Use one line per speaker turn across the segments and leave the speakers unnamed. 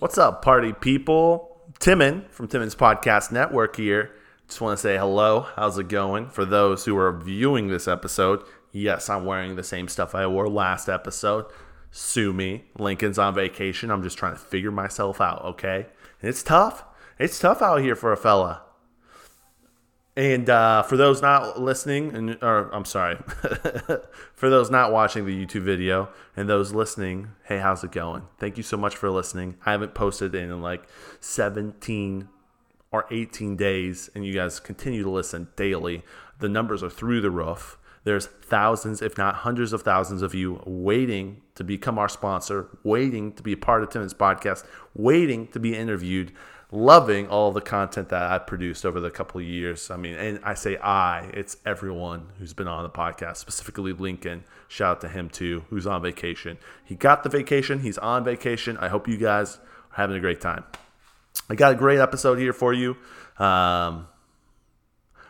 What's up, party people? Timon from Timon's Podcast Network here. Just want to say hello. How's it going? For those who are viewing this episode, yes, I'm wearing the same stuff I wore last episode. Sue me. Lincoln's on vacation. I'm just trying to figure myself out, okay? And it's tough. It's tough out here for a fella. And uh, for those not listening, and or I'm sorry, for those not watching the YouTube video, and those listening, hey, how's it going? Thank you so much for listening. I haven't posted in like 17 or 18 days, and you guys continue to listen daily. The numbers are through the roof. There's thousands, if not hundreds of thousands of you waiting to become our sponsor, waiting to be a part of Timmons Podcast, waiting to be interviewed loving all the content that I produced over the couple of years. I mean, and I say I, it's everyone who's been on the podcast, specifically Lincoln. Shout out to him too, who's on vacation. He got the vacation, he's on vacation. I hope you guys are having a great time. I got a great episode here for you. Um,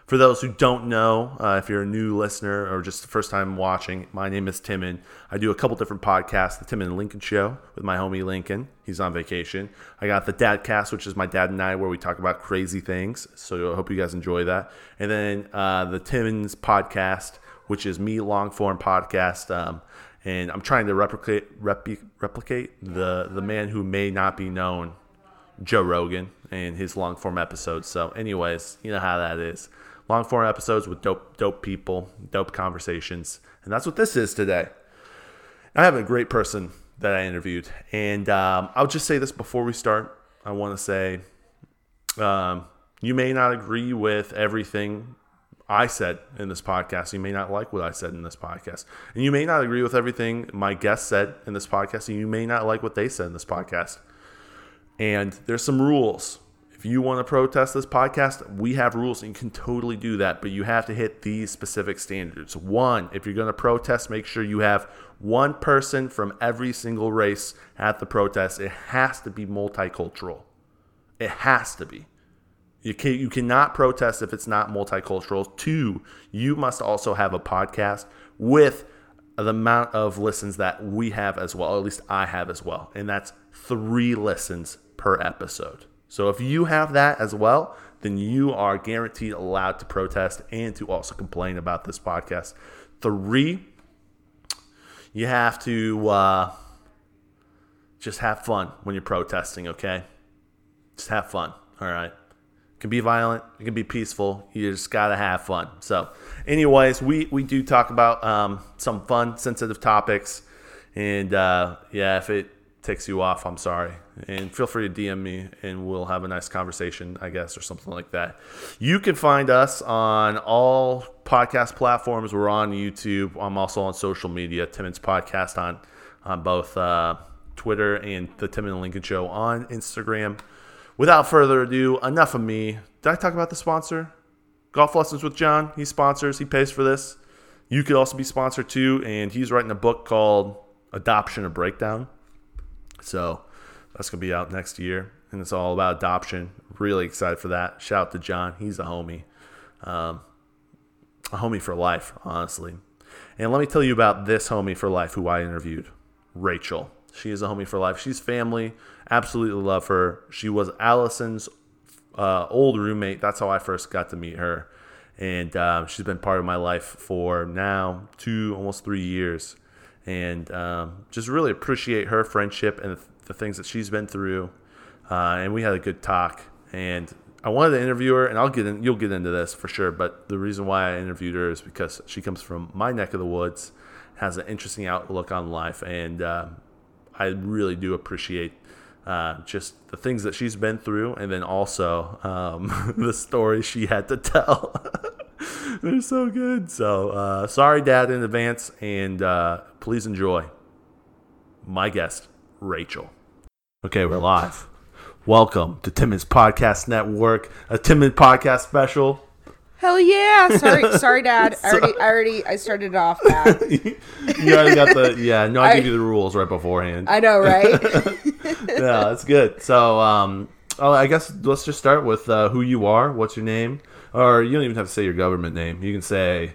for those who don't know, uh, if you're a new listener or just the first time watching, my name is Timon. I do a couple different podcasts, the Timon and Lincoln Show with my homie Lincoln. He's on vacation. I got the Dadcast, which is my dad and I, where we talk about crazy things. So I hope you guys enjoy that. And then uh, the Timon's podcast, which is me long form podcast. Um, and I'm trying to replicate repu- replicate the the man who may not be known Joe Rogan and his long form episodes. So, anyways, you know how that is. Long form episodes with dope, dope people, dope conversations, and that's what this is today. I have a great person that I interviewed, and um, I'll just say this before we start. I want to say, um, you may not agree with everything I said in this podcast. You may not like what I said in this podcast. And you may not agree with everything my guest said in this podcast. And you may not like what they said in this podcast. And there's some rules. If you want to protest this podcast, we have rules and you can totally do that, but you have to hit these specific standards. One, if you're going to protest, make sure you have one person from every single race at the protest. It has to be multicultural. It has to be. You can you cannot protest if it's not multicultural. Two, you must also have a podcast with the amount of listens that we have as well, at least I have as well, and that's three listens per episode. So if you have that as well, then you are guaranteed allowed to protest and to also complain about this podcast. Three, you have to uh, just have fun when you're protesting. Okay, just have fun. All right. It can be violent. It can be peaceful. You just gotta have fun. So, anyways, we we do talk about um, some fun, sensitive topics, and uh, yeah, if it ticks you off, I'm sorry. And feel free to DM me, and we'll have a nice conversation, I guess, or something like that. You can find us on all podcast platforms. We're on YouTube. I'm also on social media. Timmons Podcast on on both uh, Twitter and the Tim and Lincoln Show on Instagram without further ado, enough of me. Did I talk about the sponsor? Golf Lessons with John. He sponsors, he pays for this. You could also be sponsored too, and he's writing a book called Adoption a Breakdown. So that's going to be out next year, and it's all about adoption. Really excited for that. Shout out to John. He's a homie. Um, a homie for life, honestly. And let me tell you about this homie for life who I interviewed, Rachel. She is a homie for life. She's family. Absolutely love her. She was Allison's uh, old roommate. That's how I first got to meet her. And um, she's been part of my life for now two, almost three years. And um, just really appreciate her friendship and the things that she's been through. Uh, and we had a good talk. And I wanted to interview her, and I'll get in, you'll get into this for sure. But the reason why I interviewed her is because she comes from my neck of the woods, has an interesting outlook on life, and um I really do appreciate uh, just the things that she's been through, and then also um, the story she had to tell. They're so good. So uh, sorry, Dad, in advance, and uh, please enjoy my guest, Rachel. Okay, we're live. Welcome to Timmons Podcast Network, a Timmons Podcast special.
Hell yeah! Sorry, sorry, Dad. I already, I already, I started it off bad.
you already got the yeah. No, I, gave you the rules right beforehand.
I know, right?
yeah, that's good. So, um, oh, I guess let's just start with uh, who you are. What's your name? Or you don't even have to say your government name. You can say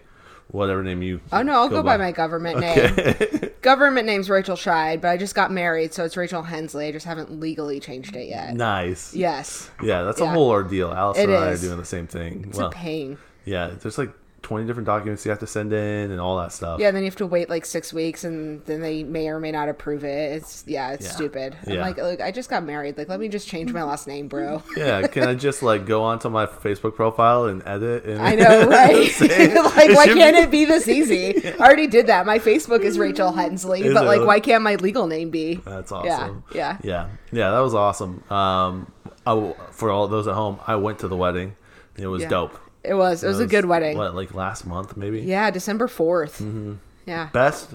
whatever name you.
Oh no, I'll go, by. my government name. government name's Rachel Scheid, but I just got married, so it's Rachel Hensley. I just haven't legally changed it yet.
Nice. Yeah,
Yes,
that's a
Yeah.
whole ordeal. Allison
It
and I
is.
are doing the same thing.
it's a pain.
yeah, there's like 20 different documents you have to send in and all that stuff.
Yeah, and then you have to wait like six weeks, and then they may or may not approve it. It's yeah, it's
Yeah.
stupid. I'm
Yeah.
like, look, I just got married. Like, let me just change my last name, bro.
Yeah, can I just like go onto my Facebook profile and edit? And
I know, right?
Same.
like,
It
why
should
can't
be-
it be this easy? I already did that. My Facebook is Rachel Hensley,
Is
but like,
it?
why can't my legal name be?
That's awesome.
Yeah, yeah.
yeah, yeah. That was awesome. Um, I, for all those at home, I went to the wedding. It was
Yeah.
dope.
It was. It was, a good wedding.
What, Mm-hmm. like last month, maybe?
Yeah, December 4th Yeah,
Best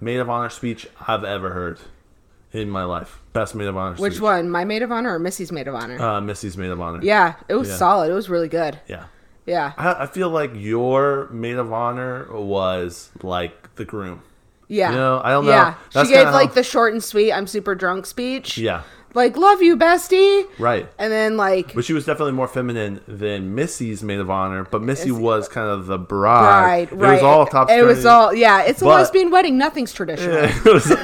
maid of honor speech I've ever heard in my life. Best maid of honor.
which
speech.
one? My maid of honor or Missy's maid of honor?
Uh, Missy's maid of honor.
yeah, it was
yeah.
solid. It was really good.
yeah.
Yeah,
I, I feel like your maid of honor was like the groom.
yeah.
You know, I don't know.
Yeah,
That's
she gave
kinda how-
like the short and sweet "I'm super drunk" speech.
Yeah,
like love you, bestie.
right.
And then like
But she was definitely more feminine than Missy's maid of honor. But Missy
Missy-
was kind of the bride.
bride,
It
right?
was all top.
It was
strategy.
all yeah. It's a
But-
lesbian wedding. Nothing's traditional.
It was-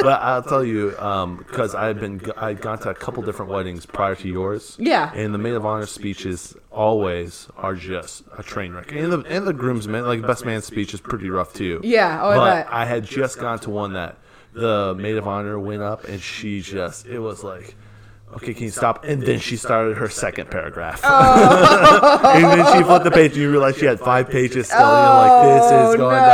but I'll tell you, um, because I've been I've gone to a couple different weddings prior to yours.
Yeah.
And the maid of honor speeches always are just a train wreck. And the and the groomsman like best man speech is pretty rough too.
Yeah, oh, I
but
bet.
I had just gone to one that the maid of honor went up and she just it was like. Okay, can you stop? And then she started her second paragraph.
Oh.
and then she flipped the page and you realized she had five pages still. you're like, this is
Oh,
going
no.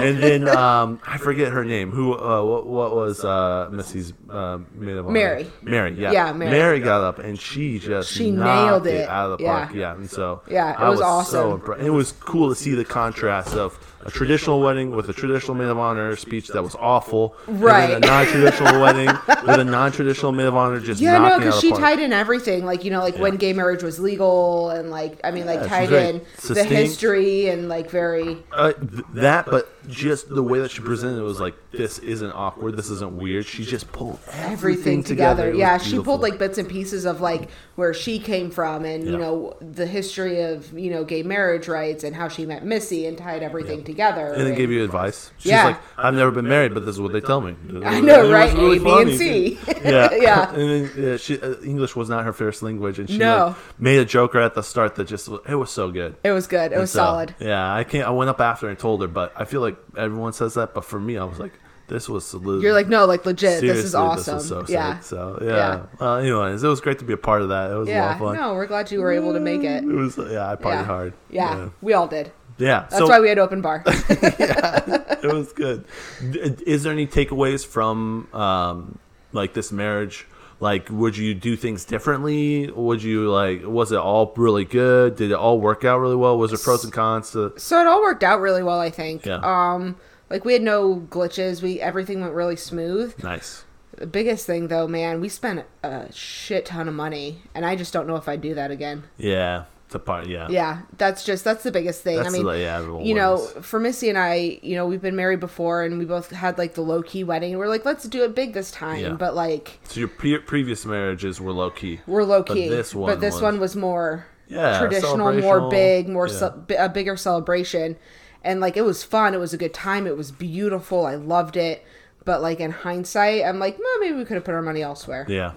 down. And then um, I forget her name. Who? Uh, what, what was uh, Missy's uh, maid of honor?
Mary.
Mary. Yeah.
Yeah, Mary.
got up and she just
She
knocked
nailed it.
out of the
Yeah.
park. Yeah. And so
Yeah, it
I
was
so
awesome.
impre- it was cool to see the contrast of a traditional wedding with a traditional maid of honor speech that was awful, and then
Right.
a non-traditional wedding with a non-traditional maid of honor just
Yeah, no,
knocking out
because
of
she
the park.
tied in everything, like you know, like when gay marriage was legal, and like I mean, like
Yeah,
tied
she's very
in the
succinct.
history and like very
Uh, th- that, but just the way that she presented it was like, this isn't awkward, this isn't weird. She just pulled everything,
everything
together.
together.
It was
Yeah, she
beautiful.
pulled like bits and pieces of like where she came from, and
Yeah.
you know the history of you know gay marriage rights and how she met Missy, and tied everything together.
And they gave you advice. She's
Yeah.
like, I've never been married, but this is what they tell me.
I know,
It was
right?
really
A, B, and
funny.
C.
Yeah,
Yeah.
And then, uh, she, uh, English was not her first language, and she
No.
like, made a joker at the start that just it was so good.
It was good. It was
So,
solid.
Yeah, I can't. I went up after and told her, but I feel like everyone says that. But for me, I was like, this was salute.
You're like, no, like legit. this is
Seriously,
awesome.
so
yeah,
sick. So yeah. Uh, anyways, it was great to be a part of that. It was a lot
yeah.
of fun.
No, we're glad you were able to make it.
It was yeah. I partied
Yeah.
hard.
Yeah.
Yeah.
we all did.
Yeah,
That's
so
why we had open bar.
it was good. D- Is there any takeaways from um, like this marriage? Like, would you do things differently? Would you like? Was it all really good? Did it all work out really well? Was there pros and cons to?
so it all worked out really well, I think.
Yeah.
Um, like we had no glitches. We everything went really smooth.
Nice.
The biggest thing though, man, we spent a shit ton of money, and I just don't know if I'd do that again.
Yeah. The part. Yeah.
Yeah, that's just that's the biggest thing.
That's
I mean,
the- yeah, everyone
you know,
wins.
for Missy and I, you know, we've been married before, and we both had like the low key wedding. and We're like, let's do it big this time,
Yeah.
but like
So your pre- previous marriages were low key.
we're low key.
But this one. was,
more
Yeah,
traditional, more
celebrational.
big, more
Yeah.
ce- bi- a bigger celebration, and like it was fun. It was a good time. It was beautiful. I loved it. But like in hindsight, I'm like, well, maybe we could have put our money elsewhere.
Yeah.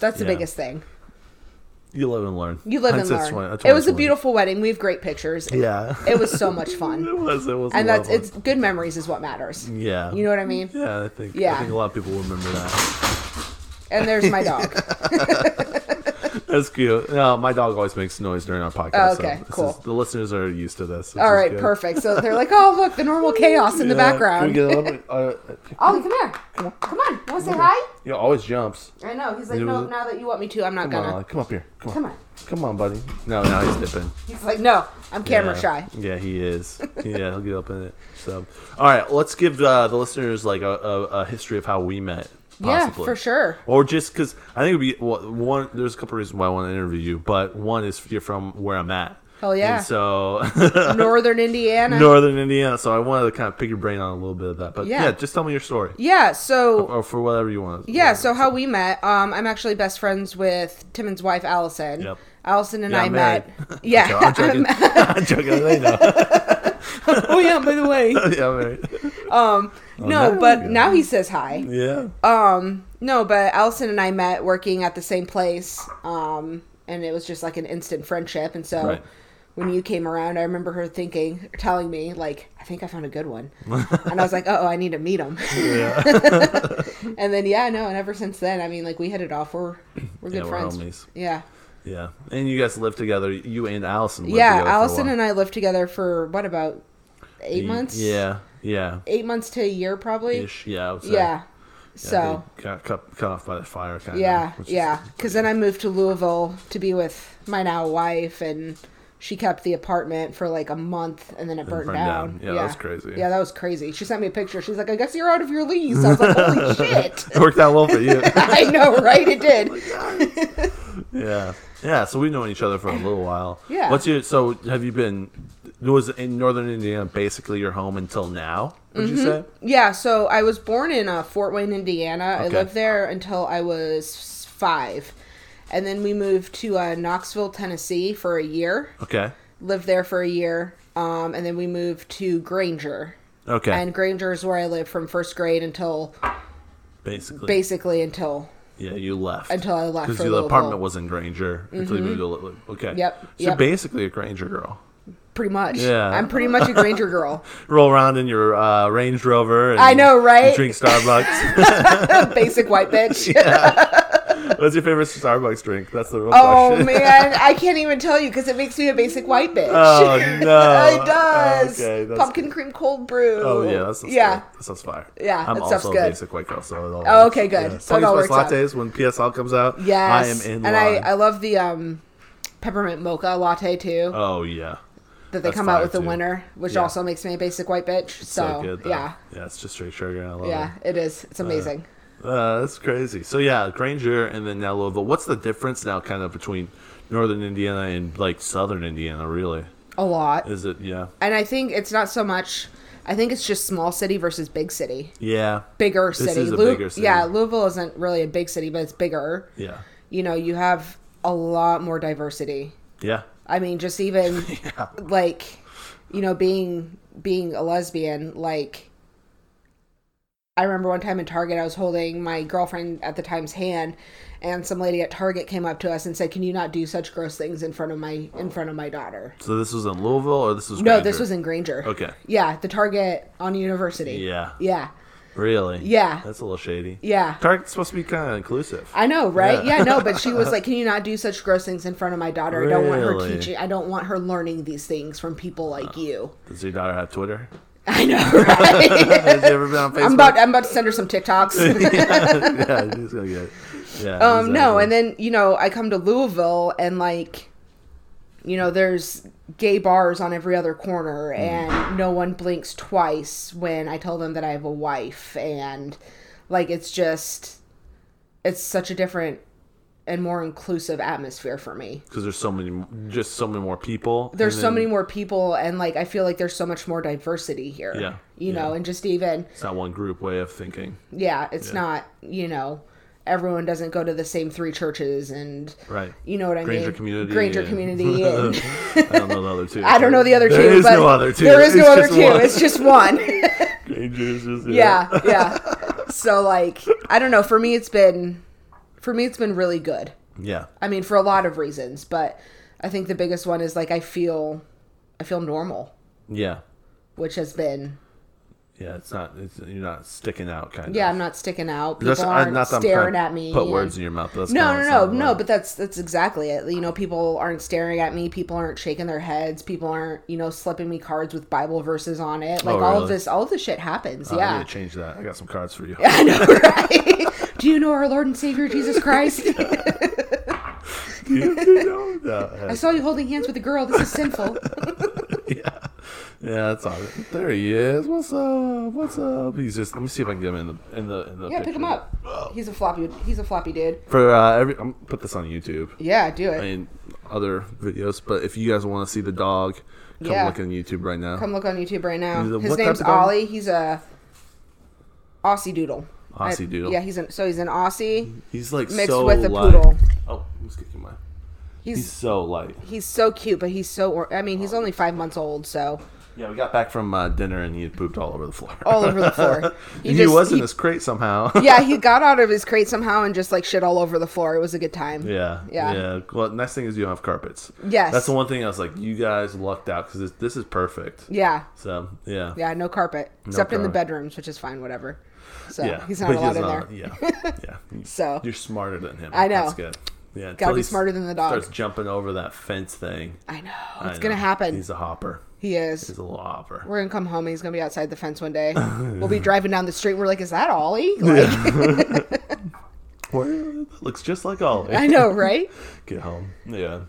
That's the
Yeah.
biggest thing.
You live and learn.
You live and
That's- that's
learn.
one- that's
it was a
one.
beautiful wedding. We have great pictures. It-
Yeah.
It, was so much fun.
It was. It was. a
and that's
lovely-
it's good memories is what matters.
Yeah.
You know what I mean?
Yeah, I think. I
Yeah.
think a lot of people remember that.
And there's my dog.
That's cute. No, my dog always makes noise during our podcast.
Oh, okay,
this
cool.
is- the listeners are used to this. which
All
is
right,
good.
perfect. So they're like, "Oh, look, the normal chaos in the
Yeah, can
background."
we get a little bit- uh,
Ollie, come here. Come on. Want to say hi?
he always jumps.
I know. He's like,
It
no,
was-
now that you want me to, I'm not
Come on,
gonna.
Ollie, come up here. Come on.
Come on.
Come on, buddy. No, now he's dipping.
He's like, no, I'm camera
yeah.
shy.
Yeah, he is. Yeah, he'll get up in it. So, all right, let's give uh, the listeners like a, a, a history of how we met.
Yeah,
Possibly.
for sure.
Or just because I think it'd be well, one. There's a couple reasons why I want to interview you, but one is you're from where I'm at,
Hell yeah.
And so
Northern Indiana.
Northern Indiana. So I wanted to kind of pick your brain on a little bit of that. But yeah,
Yeah.
just tell me your story.
yeah, so
Or for whatever you want.
yeah, so how we met. Um, I'm actually best friends with Timon's wife, Allison.
Yep.
Allison and
Yeah,
I
I'm
met.
married.
Yeah,
I'm joking. I'm joking. I know.
oh yeah. By the way,
yeah, I'm married.
no,
now we
but
go.
now he says hi.
Yeah.
Um, no, but Allison and I met working at the same place. Um, and it was just like an instant friendship. And so
Right.
when you came around, I remember her thinking, telling me, like, I think I found a good one. and I was like, oh, I need to meet him.
yeah.
and then, yeah, no. And ever since then, I mean, like, we hit it off. We're, we're
Yeah,
good
we're
friends.
homies.
Yeah.
Yeah. And you guys lived together. You and Allison. Lived
Yeah.
together for a
Allison
while.
and I lived together for what about eight months?
Yeah. Yeah.
Eight months to a year, probably.
Ish. Yeah. I would say.
Yeah.
Yeah,
So.
they got cut, cut off by the fire. Kind
Yeah,
Of, which is-
yeah. Because then I moved to Louisville to be with my now wife, and she kept the apartment for like a month, and then it burned,
burned
down.
down. Yeah, that's crazy.
Yeah, that was crazy. She sent me a picture. She's like, "I guess you're out of your lease." I was like, "Holy shit!"
It worked out well for you.
I know, right? It did.
yeah. Yeah. So we've known each other for a little while.
Yeah.
What's your? So have you been? Was in Northern Indiana basically your home until now? Would
Mm-hmm.
you say?
Yeah. So I was born in uh, Fort Wayne, Indiana. I
Okay.
lived there until I was five, and then we moved to uh, Knoxville, Tennessee, for a year.
Okay.
Lived there for a year, um, and then we moved to Granger.
Okay.
and Granger is where I lived from first grade until
basically.
basically until
yeah. You left
until I left
because
for
the
Louisville.
apartment was in Granger until you moved to. Li- Okay.
Mm-hmm. Yep,
So
yep.
basically a Granger girl.
pretty much.
Yeah.
I'm pretty much a Granger girl,
Roll around in your uh, Range Rover. And
I know, right?
you Drink Starbucks.
basic white bitch.
What's your favorite Starbucks drink? That's the real
Oh
question.
man, I can't even tell you because it makes me a basic white bitch.
Oh no!
it does.
Okay, that's
Pumpkin cream cold brew.
Oh yeah, that's sounds
yeah.
yeah. Good. That sounds fire.
Yeah,
I'm
that
also
stuff's good.
a basic white girl, so it all
Oh, okay, good. So it
Pumpkin
all
spice
works out.
lattes when PSL comes out.
Yes.
I am in
and
line.
I I love the um peppermint mocha latte too
oh yeah,
that they
that's
come out
fire,
with the
too.
winter, which
Yeah.
also makes me a basic white bitch.
so,
So,
good. Though.
yeah.
yeah, it's just straight sugar. and I love
Yeah, it is. It's amazing.
it. Uh, that's crazy. So yeah, Granger and then now Louisville. What's the difference now, kind of between northern Indiana and like southern Indiana? Really,
a lot.
is it? Yeah,
And I think it's not so much. I think it's just small city versus big city.
yeah,
Bigger
This
city.
is a
Lou-
bigger city.
Yeah, Louisville isn't really a big city, but it's bigger.
yeah,
You know, you have a lot more diversity.
yeah.
I mean, just even like, you know, being being a lesbian, like I remember one time in Target I was holding my girlfriend at the time's hand and some lady at Target came up to us and said, "Can you not do such gross things in front of my in front of my daughter?"
So this was in Louisville, or this was
No, this
Granger?
was in Granger.
okay.
Yeah, the Target on University.
Yeah.
Yeah.
Really?
Yeah.
That's a little shady.
Yeah.
Target's supposed to be kind of inclusive.
I know, right?
Yeah.
Yeah. no, but she was like, "Can you not do such gross things in front of my daughter? I don't want her
Really? Uh.
teaching. I don't want her learning these things from people like you."
Does your daughter have Twitter?
I know, right?
Has she ever been on Facebook?
I'm about I'm about to send her some TikToks.
yeah, he's gonna get. Yeah.
um, no,
exactly.
and then you know I come to Louisville and like, you know, there's gay bars on every other
Mm.
corner, and no one blinks twice when I tell them that I have a wife, and like it's just, it's such a different and more inclusive atmosphere for me.
because there's so many, just so many more people.
There's
and
so
then
many more people, and like I feel like there's so much more diversity here.
Yeah,
you know,
yeah.
and just even
It's not one group way of thinking,
yeah, it's not you know everyone doesn't go to the same three churches and
right?
You know what I
Granger
mean?
community
Granger
and-
community. And
I don't know the other two.
I don't know the other two.
There is
but
no other two.
There is no
It's
other
just
two.
one.
It's just one.
Granger's just-
yeah, yeah. So like, I don't know. For me, it's been, for me, it's been really good.
yeah,
I mean, for a lot of reasons, but I think the biggest one is like I feel, I feel normal,
yeah,
which has been
yeah. It's not. It's, you're not sticking out, kind
yeah.
of.
I'm not sticking out. People
That's- I-
aren't
not that I'm trying
staring
to
at me.
Put
and-
words in your mouth. But that's
No,
kinda
no, no,
sounded
no.
like-
But that's that's exactly it. You know, people aren't staring at me. People aren't shaking their heads. People aren't you know slipping me cards with Bible verses on it. Like
Oh,
all
really? Oh,
of this, all of this shit happens.
I
yeah.
need to change that. I got some cards for you.
I know, right? Do you know our Lord and Savior Jesus Christ?
You know that.
I saw you holding hands with a girl. This is sinful.
yeah, yeah, that's all. right. There he is. What's up? What's up? He's just. Let me see if I can get him in the in the in the.
Yeah, pick him
picture.
up. He's a floppy. He's a floppy dude.
For uh, every, I'm gonna put this on YouTube.
Yeah, do it.
I mean, other videos, but if you guys want to see the dog, come
Yeah.
look on YouTube right now.
Come look on YouTube right now.
He's a-
His
what type
name's
of dog?
Ollie. He's a Aussie Doodle. I-
Aussie Doodle.
yeah, he's an, so he's an Aussie
He's like
mixed
so
with a
light.
poodle.
Oh, I'm just kicking my. He's
He's
so light.
he's so cute, but he's so or- I mean he's only five months old, so
Yeah, we got back from uh, dinner and he had pooped all over the floor.
all over the floor.
and he
Oh, just-
was in his crate somehow.
yeah, he got out of his crate somehow and just like shit all over the floor. It was a good time.
Yeah,
Yeah.
Well, nice thing is you don't have carpets.
Yes.
that's the one thing I was like, you guys lucked out because this, this is perfect.
Yeah.
So yeah,
Yeah, no carpet except in the
carpet.
bedrooms, which is fine, whatever. So
yeah.
he's not
But
allowed
he's
in
not-
there.
Yeah, yeah.
So
You're smarter than him.
I know.
That's good. Yeah,
gotta
until
be
he
smarter than the dog.
Starts jumping over that fence thing.
I know
I
it's gonna
know.
happen.
He's a hopper.
he is.
He's a little hopper.
We're gonna come home. and He's gonna be outside the fence one day. we'll be driving down the street. and We're like, is that Ollie? Like,
Where- that looks just like Ollie.
I know, right?
Get home. Yeah.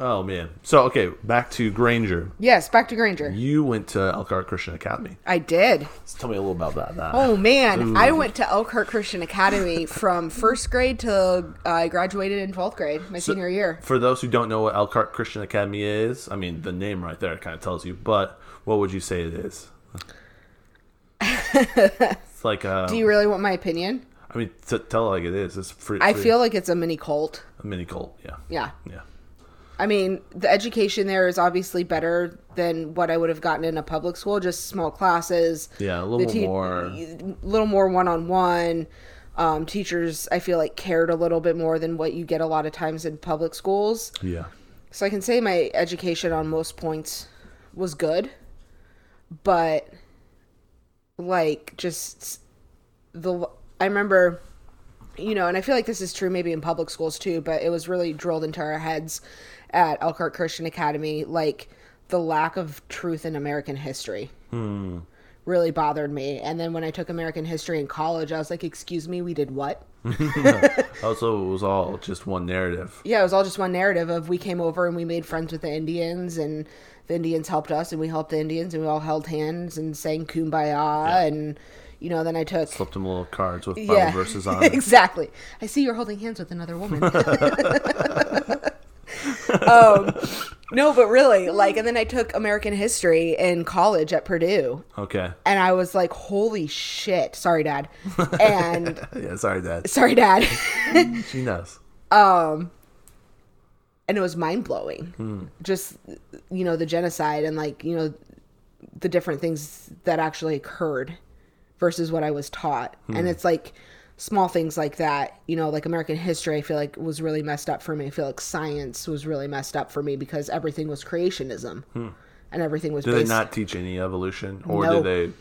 Oh man. So okay, back to Granger.
Yes, back to Granger.
You went to Elkhart Christian Academy.
I did.
So tell me a little about that. that.
Oh man, I went to Elkhart Christian Academy from first grade till I graduated in twelfth grade, my senior year.
For those who don't know what Elkhart Christian Academy is, I mean, the name right there kind of tells you, but what would you say it is? it's like, uh,
Do you really want my opinion?
I mean, t- tell it like it is. It's free.
I
free-
feel like it's a mini cult.
a mini cult. Yeah.
Yeah.
Yeah.
I mean, the education there is obviously better than what I would have gotten in a public school, just small classes.
Yeah, a little
The te-
more-
little more one-on-one. Um, teachers, I feel like cared a little bit more than what you get a lot of times in public schools.
Yeah.
So I can say my education on most points was good, but like just the I remember you know, and I feel like this is true maybe in public schools too, but it was really drilled into our heads at Elkhart Christian Academy like the lack of truth in American history. Really bothered me. And then when I took American history in college, I was like, "Excuse me, we did what?"
Also, it was all just one narrative.
yeah, it was all just one narrative of we came over and we made friends with the Indians and the Indians helped us and we helped the Indians and we all held hands and sang kumbaya and you know then I took
Flipped them little cards with Bible
yeah
verses on it.
exactly. I see you're holding hands with another woman. um, no, but really like and then I took American history in college at Purdue
Okay.
and I was like holy shit, sorry dad. And
Yeah. Sorry, Dad.
sorry dad.
She knows.
and it was mind blowing.
Hmm.
Just you know the genocide and like you know the different things that actually occurred versus what I was taught, and
Hmm.
it's like small things like that. You know, like American history, I feel like was really messed up for me. I feel like science was really messed up for me because everything was creationism, and everything was
Hmm. Did they
based.
not teach any evolution, or
No.
did they?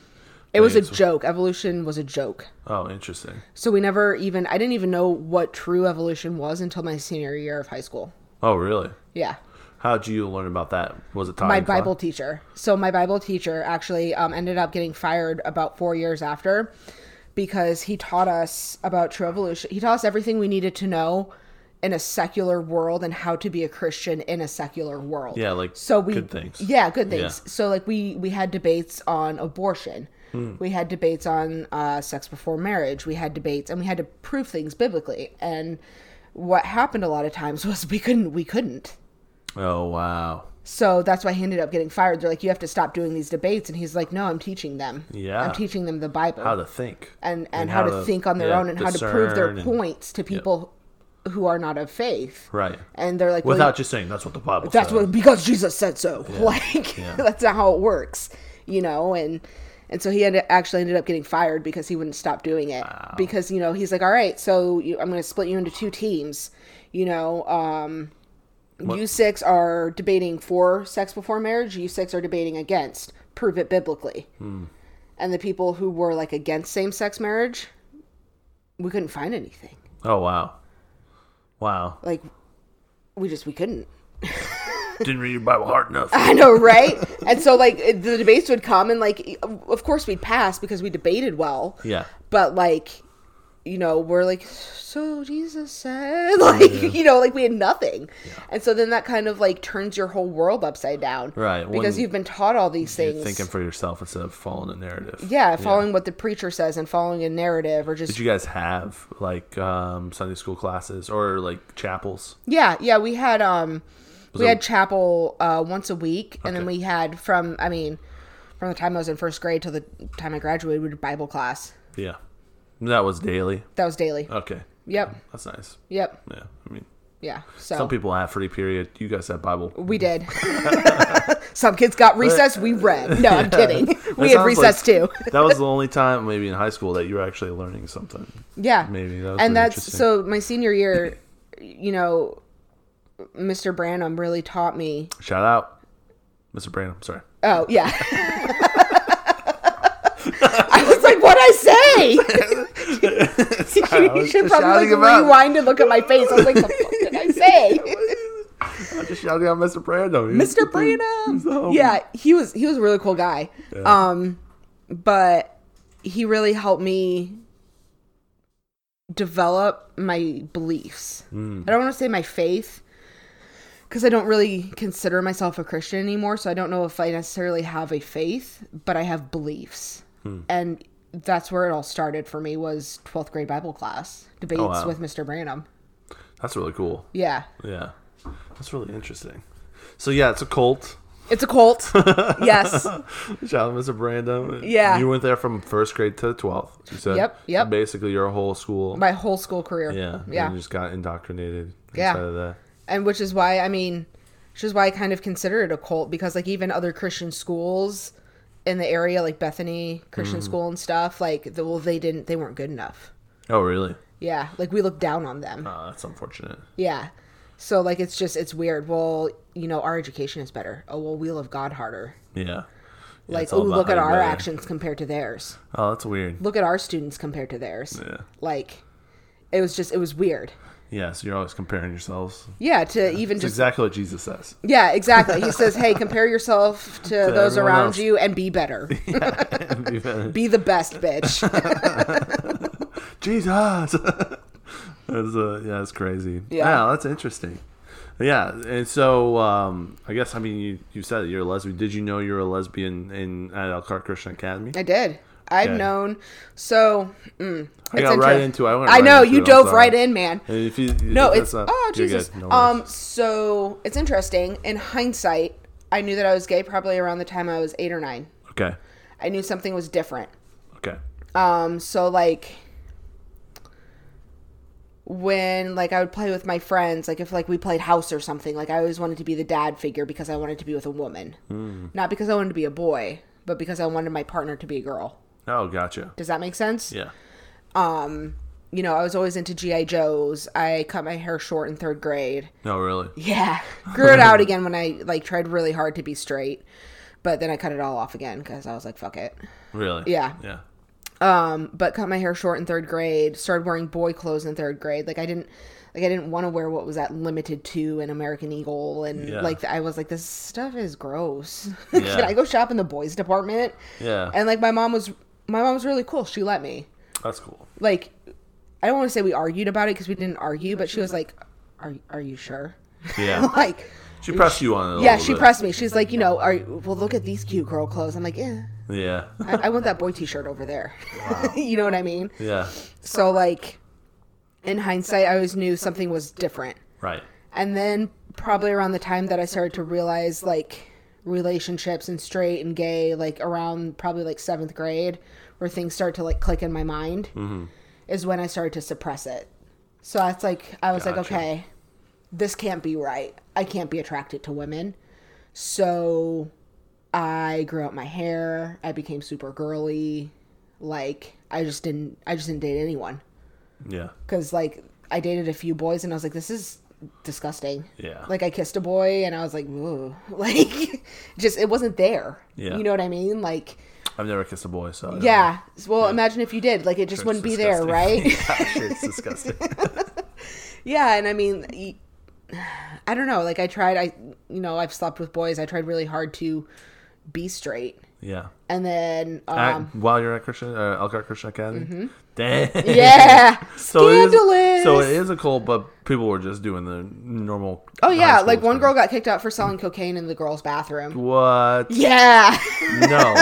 it was a
things?
joke. Evolution was a joke.
Oh, interesting.
So we never even I didn't even know what true evolution was until my senior year of high school.
Oh, really?
Yeah.
How did you learn about that? Was it taught
my
in class?
Bible teacher. So my Bible teacher actually um, ended up getting fired about four years after because he taught us about true evolution. He taught us everything we needed to know in a secular world and how to be a Christian in a secular world.
Yeah, like
so we
good things.
Yeah, good things. So like we we had debates on abortion. We had debates on uh, sex before marriage. We had debates, and we had to prove things biblically. And what happened a lot of times was we couldn't. We couldn't.
Oh, wow.
So that's why he ended up getting fired. They're like, you have to stop doing these debates, and he's like, no, I'm teaching them.
Yeah.
I'm teaching them the Bible
How to think.
and, and how, to, think on their
yeah,
own and how to prove their
discern and-
points to people who are not of faith.
Right.
And they're like, well,
Without just saying that's what the Bible
that's
says.
what because Jesus said so. Like
Yeah.
that's not how it works, you know. And and so he ended, actually ended up getting fired because he wouldn't stop doing it because you know he's like, all right, so you, I'm going to split you into two teams. You know, um, you six are debating for sex before marriage. You six are debating against. Prove it biblically.
Hmm.
And the people who were like against same sex marriage, we couldn't find anything.
Oh wow. Wow.
Like we just we couldn't.
Didn't read your Bible hard enough.
I know, right? and so, like, it- the debates would come, and like, of course, we'd pass because we debated well.
Yeah.
But like, you know, we're like, so Jesus said, like, you know, like we had nothing, and so then that kind of like turns your whole world upside down,
Right, when
Because you've been taught all these things.
You're thinking for yourself instead of following a narrative.
yeah, following what the preacher says and following a narrative, or just
Did you guys have like um, Sunday school classes or like chapels?
yeah, yeah. We had um,
Was
we
it-
had chapel uh, once a week, and then
Okay.
we had from I mean, from the time I was in first grade till the time I graduated, we did Bible class.
yeah, that was daily.
That was daily.
Okay,
Yep,
that's nice.
yep,
Yeah, I mean,
yeah. So
some people have free period. You guys have Bible.
we did. some kids got recess. We read. No, I'm kidding. we
That
had
sounds like-
recess too.
that was the only time, maybe in high school, that you were actually learning something.
Yeah.
Maybe. That was really
and that's
interesting.
so my senior year, you know, Mr. Branham really taught me.
Shout out, Mr. Branham. Sorry.
Oh, yeah. I was like, what I say? you
was
should
just
probably
shouting him out.
rewind and look at my face. I was like, the fuck did I say?
I just shouted out Mr. Branham. He was the Oh.
Mr.
dude.
Branham.
So-
Yeah, he was he was a really cool guy. Um but he really helped me develop my beliefs.
Hmm.
I don't want to say my faith cuz I don't really consider myself a Christian anymore, so I don't know if I necessarily have a faith, but I have beliefs.
Hmm.
And that's where it all started for me was 12th grade Bible class debates
Oh, wow.
with Mr. Branham.
That's really cool.
Yeah.
Yeah. That's really interesting. So yeah, it's a cult.
It's a cult. yes.
Shout out Mr. Branham.
Yeah.
You went there from first grade to twelfth. You said.
Yep, yep.
Basically your whole school.
My whole school career.
yeah.
Yeah.
And you just got indoctrinated
Yeah.
inside of that.
and which is why I mean, which is why I kind of consider it a cult because like even other Christian schools in the area, like Bethany
Mm-hmm.
Christian School and stuff, like the, well they didn't they weren't good enough.
Oh really?
Yeah, like we looked down on them.
Oh, that's unfortunate.
Yeah, so like it's just it's weird. Well, you know our education is better. Oh well, we love God harder.
Yeah. Yeah,
Like
it's all
oh
about
look
how
at
you
our
better-
actions compared to theirs.
Oh, that's weird.
Look at our students compared to theirs.
Yeah.
Like it was just it was weird.
Yeah, so you're always comparing yourselves.
Yeah, to even
It's
just
exactly what Jesus says.
Yeah, exactly. He says, "Hey, compare yourself to, those
everyone
around
else.
you and be better. be the best, bitch."
Jesus. that's, uh, yeah, that's crazy.
Yeah.
Yeah, that's interesting. Yeah, and so um, I guess I mean you, you said that you're a lesbian. Did you know you were a lesbian in at Elkhart Christian Academy?
I did. I've
Okay.
known. So mm,
I got
it's
right
inter-
into it. I, went
I
right
know
into
you
it, I'm
dove
sorry.
right in, man.
And if you,
No,
that's
it's
not-
oh
you're
Jesus.
good. No worries.
um, so it's interesting. In hindsight, I knew that I was gay probably around the time I was eight or nine.
okay,
I knew something was different.
okay,
Um, so like when like I would play with my friends, like if like we played house or something, like I always wanted to be the dad figure because I wanted to be with a woman. Not because I wanted to be a boy, but because I wanted my partner to be a girl.
oh gotcha,
Does that make sense?
yeah,
You know, I was always into GI Joes. I cut my hair short in 3rd grade.
no really,
Yeah. Grew it out again when I like tried really hard to be straight. But then I cut it all off again because I was like, fuck it.
really,
Yeah.
yeah,
um, but cut my hair short in third grade. Started wearing boy clothes in third grade. Like I didn't, like I didn't want to wear what was that limited to an American Eagle, and
Yeah.
like I was like, this stuff is gross.
Yeah.
Can I go shop in the boys department?
yeah.
And like my mom was, my mom was really cool. She let me.
that's cool.
Like, I don't want to say we argued about it because we didn't argue, but she was like, are are you sure?
Yeah,
like.
she pressed you on it. A
Yeah,
little
she
bit.
pressed me. She's like, you know, are well, look at these cute girl clothes. I'm like, yeah,
Yeah,
I, I want that boy T-shirt over there. you know what I mean?
yeah,
So like in hindsight I always knew something was different.
right.
And then probably around the time that I started to realize like relationships and straight and gay like around probably like 7th grade where things start to like click in my mind is when I started to suppress it. So that's like I was like
Gotcha.
okay this can't be right. I can't be attracted to women. So I grew out my hair. I became super girly. Like I just didn't I just didn't date anyone
Yeah,
because like I dated a few boys and I was like, this is disgusting.
Yeah.
Like I kissed a boy and I was like, ooh, like just it wasn't there.
Yeah.
You know what I mean? Like,
I've never kissed a boy, so I don't know.
yeah. Well, imagine if you did. Like it just
It's
wouldn't be there,
disgusting.
right?
yeah, sure, it's disgusting.
yeah. And I mean, y- I don't know. Like I tried. I you know I've slept with boys. I tried really hard to be straight.
Yeah.
And then,
At-
um, Mm-hmm.
while you're at Christian uh, Elkhart Christian Academy. Dang.
yeah,
So it,
scandalous.
is, so it is a cult, but people were just doing the normal.
oh
high
yeah,
school
like one girl
experience.
got kicked out for selling cocaine in the girls' bathroom.
What?
Yeah.
No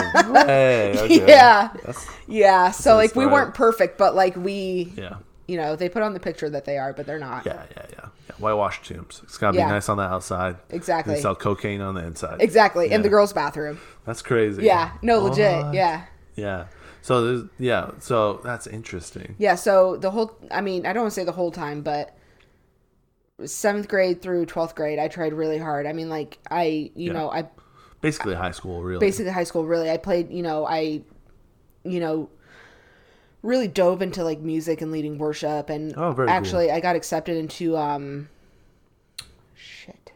way. Okay.
Yeah.
That's,
Yeah, so like we
inspiring.
weren't perfect, but like we
yeah.
You know, they put on the picture that they are, but they're not.
Yeah, yeah, yeah. yeah. Whitewash tombs. It's gotta be
Yeah.
nice on the outside.
Exactly.
They sell cocaine on the inside.
Exactly. In
Yeah.
the girls' bathroom.
That's crazy.
Yeah. No, legit.
What?
Yeah.
Yeah. So there's yeah. So that's interesting.
Yeah. So the whole, I mean, I don't want to say the whole time, but seventh grade through 12th grade, I tried really hard. I mean, like, I, you know, I
Basically, high school, really.
basically high school really i played you know i you know really dove into like music and leading worship and
Oh, very cool.
actually i got accepted into um shit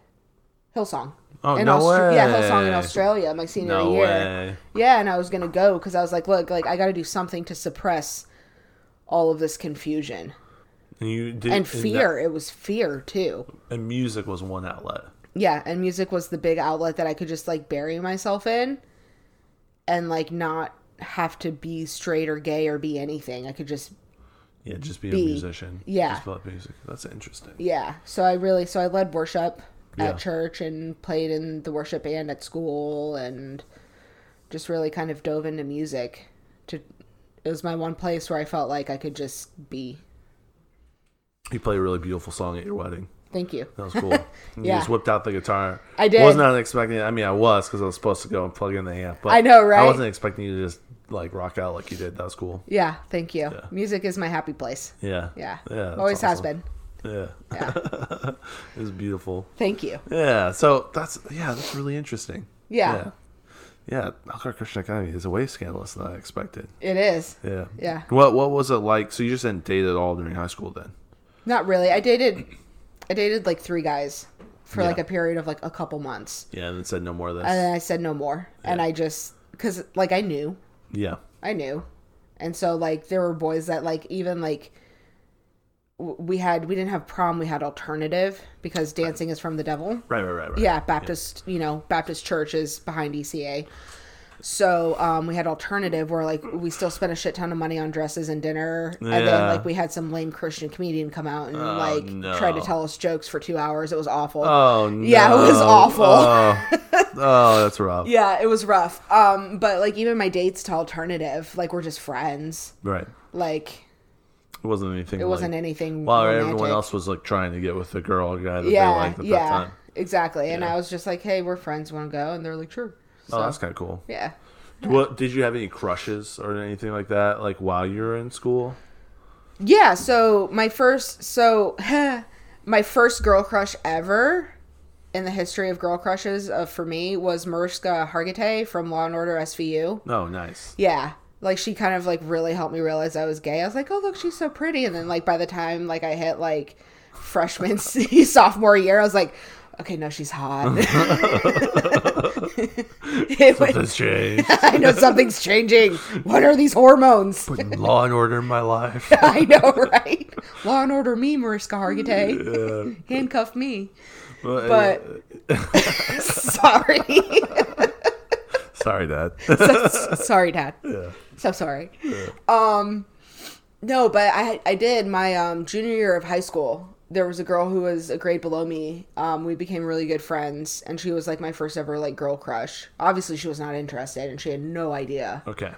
hillsong
Oh,
in
no
Austra- yeah hillsong in
way.
australia my senior
no
year
way.
yeah and i was gonna go because i was like look like i gotta do something to suppress all of this confusion
And you did.
and
that-
fear it was fear too
and music was one outlet.
yeah and music was the big outlet that i could just like bury myself in and like not have to be straight or gay or be anything i could just
Yeah, just be,
Be-
a musician.
yeah.
Just about music. That's interesting.
yeah so i really so i led worship
Yeah.
at church and played in the worship band at school and just really kind of dove into music to it was my one place where i felt like i could just be
You played a really beautiful song at your wedding.
thank you
That was cool. And You
Yeah.
just whipped out the guitar.
I did.
Was not expecting it. I mean, I was because I was supposed to go and plug in the amp. But
I know,
I
right?
wasn't expecting you to just like rock out like you did. That was cool.
yeah thank you
Yeah.
music is my happy place
Yeah.
yeah,
Yeah.
always has
awesome.
been
Yeah.
yeah
It was beautiful.
thank you
Yeah. So that's yeah. That's really interesting.
Yeah.
Yeah. yeah. Alcott Christian Academy is a way scandalous than I expected.
it is
Yeah.
Yeah.
What What was it like? So you just didn't date at all during high school then?
Not really. I dated I dated like three guys for like
Yeah.
a period of like a couple months.
Yeah. And then said no more of this.
And then I said no more. And I just cuz like I knew.
yeah.
I knew. And so like there were boys that like even like w- we had we didn't have prom, we had alternative because dancing is from the devil.
Right. Right. Right. Right.
Yeah, Baptist, you know, Baptist church is behind ECA. So um, we had alternative where like we still spent a shit ton of money on dresses and dinner, and then
Yeah. Oh,
like we had some lame Christian comedian come out and like
no.
try to tell us jokes for two hours. It was awful.
Oh no.
Yeah, it was awful.
Oh, Oh, that's rough.
yeah, it was rough. Um, but like even my dates to alternative, like we're just friends.
Right.
Like
It wasn't anything.
it wasn't anything.
While
romantic.
everyone else was like trying to get with the girl or guy that
yeah,
they liked at
yeah,
that time. Oh,
exactly. And I was just like, hey, we're friends. Want to go? And they're like, sure. So
Oh, that's kind of cool.
yeah.
What did you have any crushes or anything like that? Like while you were in school?
Yeah, so my first so my first girl crush ever in the history of girl crushes uh, for me was Mariska Hargitay from Law and Order SVU.
Oh, nice.
Yeah. Like she kind of like really helped me realize I was gay. I was like, "Oh, look, she's so pretty." And then like by the time like I hit like freshman sophomore year, I was like, "Okay, no, she's hot." It was-
That's changed.
I know something's changing. What are these hormones?
Law and order in my life.
I know, right? Law and Order me, Mariska Hargitay. Handcuff me. But sorry,
sorry, Dad.
sorry, Dad. So sorry. Um, no, but I I did my um junior year of high school. There was a girl who was a grade below me. Um, we became really good friends, and she was like my first ever like girl crush. Obviously, she was not interested, and she had no idea.
okay.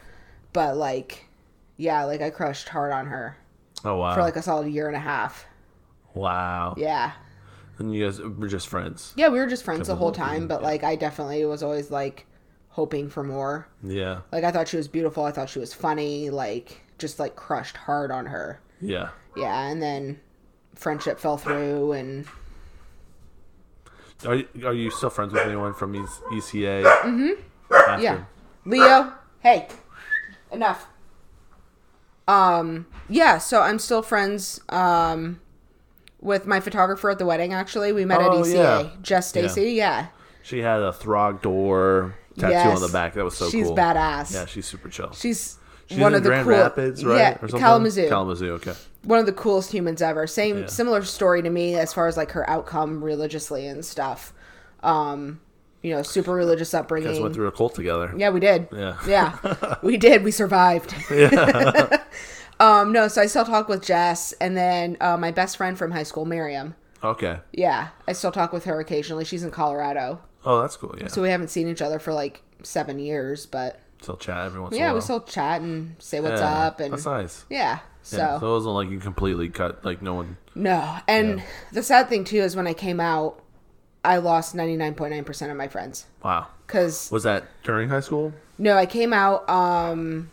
But like, yeah, like I crushed hard on her
Oh wow.
for like a solid year and a half.
wow.
Yeah.
And you guys were just friends.
Yeah, we were just friends the whole
Couple of
time, but like I definitely was always like hoping for more.
Yeah.
Like I thought she was beautiful, I thought she was funny, like just like crushed hard on her.
Yeah.
Yeah, and then friendship fell through and
Are you, are you still friends with anyone from E- ECA? Mm-hmm. After?
yeah. Leo, hey. Enough. Um yeah, so I'm still friends um with my photographer at the wedding actually. We met
Oh,
at ECA.
yeah.
Jess Stacy, yeah.
She had a Throg door tattoo
Yes.
on the back. That was so
She's
cool.
badass.
Yeah, she's super chill.
She's
She's
one
in
of the
Grand
cool-
Rapids, right?
Yeah,
or something?
Kalamazoo.
Kalamazoo, okay.
one of the coolest humans ever. Same
Yeah.
similar story to me as far as like her outcome religiously and stuff. Um, you know, super religious
You guys went
upbringing.
through a cult together.
Yeah, we did.
Yeah.
Yeah. we did. We survived. um, no, so I still talk with Jess and then uh, my best friend from high school, Miriam.
Okay.
Yeah, I still talk with her occasionally. She's in Colorado.
Oh, that's cool. Yeah.
So we haven't seen each other for like seven years, but
still chat every once in
yeah,
a while.
we still chat and say what's
Oh, Yeah,
up and
That's nice.
yeah. So,
Yeah, so it wasn't like you completely cut. Like no one.
no. And the sad thing too is when I came out, I lost 99.9% of my friends
Wow.
cuz
Was that during high school?
no, I came out um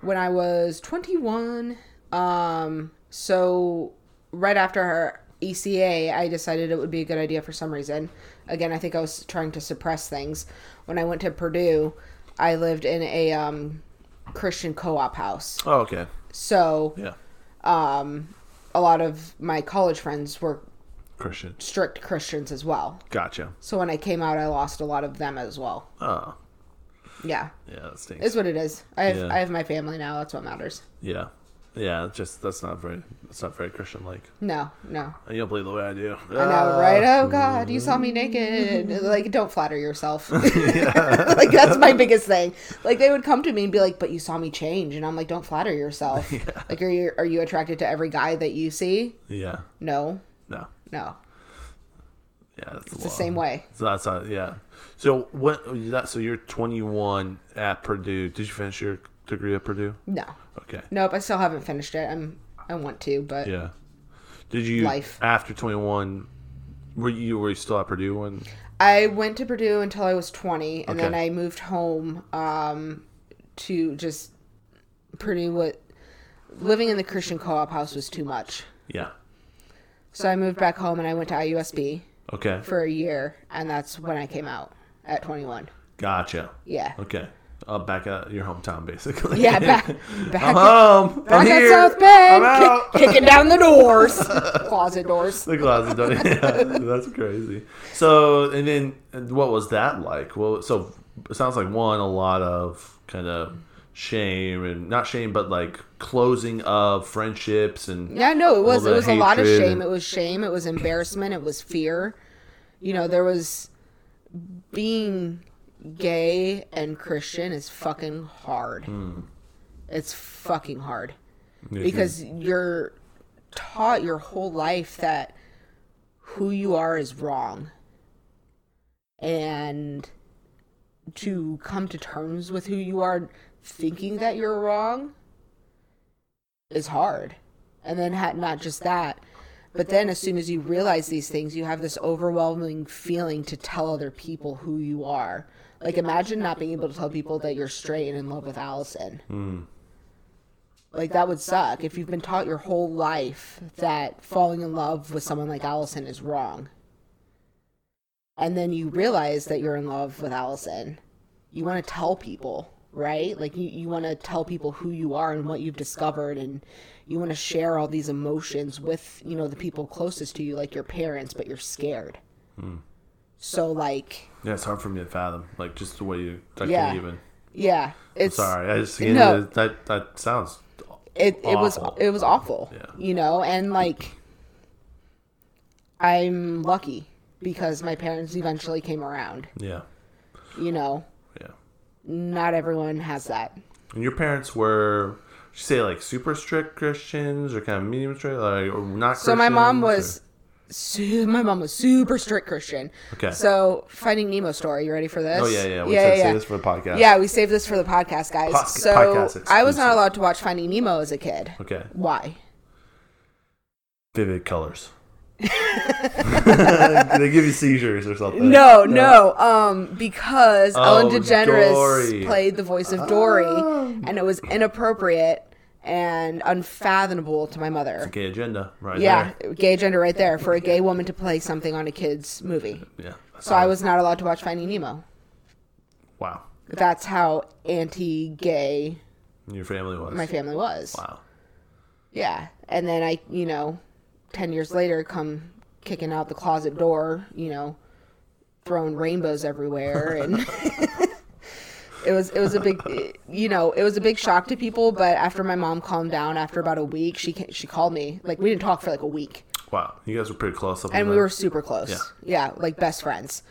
when I was 21. Um so right after her ECA, I decided it would be a good idea for some reason. Again, I think I was trying to suppress things. When I went to Purdue, I lived in a um Christian co-op house.
Oh, okay.
So,
Yeah.
a lot of my college friends were
Christian.
strict Christians as well.
Gotcha.
So when I came out, I lost a lot of them as well.
Oh,
Yeah,
yeah. That stinks.
it's what it is. I have
Yeah.
I have my family now. That's what matters.
yeah. Yeah. it's Just that's not very. That's not very Christian like.
No, no.
You don't believe the way I do.
I know, right? Oh God, you saw me naked. Like, don't flatter yourself. like that's my biggest thing. Like they would come to me and be like, "But you saw me change," and I'm like, "Don't flatter yourself." Like, are you are you attracted to every guy that you see?
Yeah.
No,
No.
no.
Yeah. That's
It's the same way.
So that's not, yeah. So what? That so you're 21 at Purdue. Did you finish your degree at Purdue?
No,
Okay.
nope. I still haven't finished it. I'm I want to, but
Yeah. Did you
Life.
after 21? Were you were you still at Purdue when?
I went to Purdue until I was 20, and then
Okay.
I moved home um, to just Purdue. What living in the Christian co-op house was too much,
Yeah.
so I moved back home and I went to IUSB
Okay.
for a year, and that's when I came out at 21.
Gotcha.
Yeah,
Okay. Uh, back at your hometown, basically.
yeah, back
I'm
back,
home. I'm
back at
here.
South
I'm
Bend,
out.
kick, kicking down the doors, closet doors.
The closet door. Yeah, that's crazy. So, and then and what was that like? Well, so it sounds like one a lot of kind of shame and not shame, but like closing of friendships and
Yeah, no, it was
bit
it
of
was a lot of
hatred
shame.
and-
It was shame. It was embarrassment. It was fear. You know, there was being gay and Christian is fucking hard.
Hmm.
It's fucking hard because you're taught your whole life that who you are is wrong, and to come to terms with who you are, thinking that you're wrong, is hard. And then ha- not just that, but then as soon as you realize these things, you have this overwhelming feeling to tell other people who you are. Like imagine not being able to tell people that you're straight and in love with Allison. Like that would suck if you've been taught your whole life that falling in love with someone like Allison is wrong. And then you realize that you're in love with Allison. You want to tell people, right? Like you, you want to tell people who you are and what you've discovered and you want to share all these emotions with, you know, the people closest to you like your parents, but you're scared. So like,
yeah, it's hard for me to fathom. Like just the way you, I
Yeah.
can't even.
yeah, it's
Sorry, I just
No.
that that sounds.
it it was
Awful.
it was awful.
Yeah.
You know, and like I'm lucky because my parents eventually came around,
Yeah,
you know.
yeah.
Not everyone has that.
And your parents were. Did you say like super strict Christians or kind of medium strict, like or not.
So my mom
Christians,
was su- my mom was super strict Christian.
Okay.
So Finding Nemo story, you ready for this?
or- Oh yeah, yeah. We
yeah,
said
yeah.
say this for the podcast.
yeah, we saved this for the podcast, guys.
Podca-
so
podcast
I was
exclusive.
not allowed to watch Finding Nemo as a kid.
Okay.
Why?
vivid colors. they give you seizures or something.
No, no, um, because
Oh,
Ellen DeGeneres
Dory.
played the voice of Dory, and it was inappropriate and unfathomable to my mother.
Okay, agenda, right?
Yeah, gay gender right there for a gay woman to play something on a kid's movie.
there. Yeah.
So I was not allowed to watch Finding Nemo.
Wow.
That's how anti-gay
Your family was.
my family was.
wow.
Yeah, and then I, you know, ten years later, come kicking out the closet door, you know, throwing rainbows everywhere, and it was it was a big, you know, it was a big shock to people. But after my mom calmed down, after about a week, she ca- she called me. Like we didn't talk for like a week,
Wow. You guys were pretty close up.
and
on
we
that.
were super close.
Yeah.
yeah, like best friends,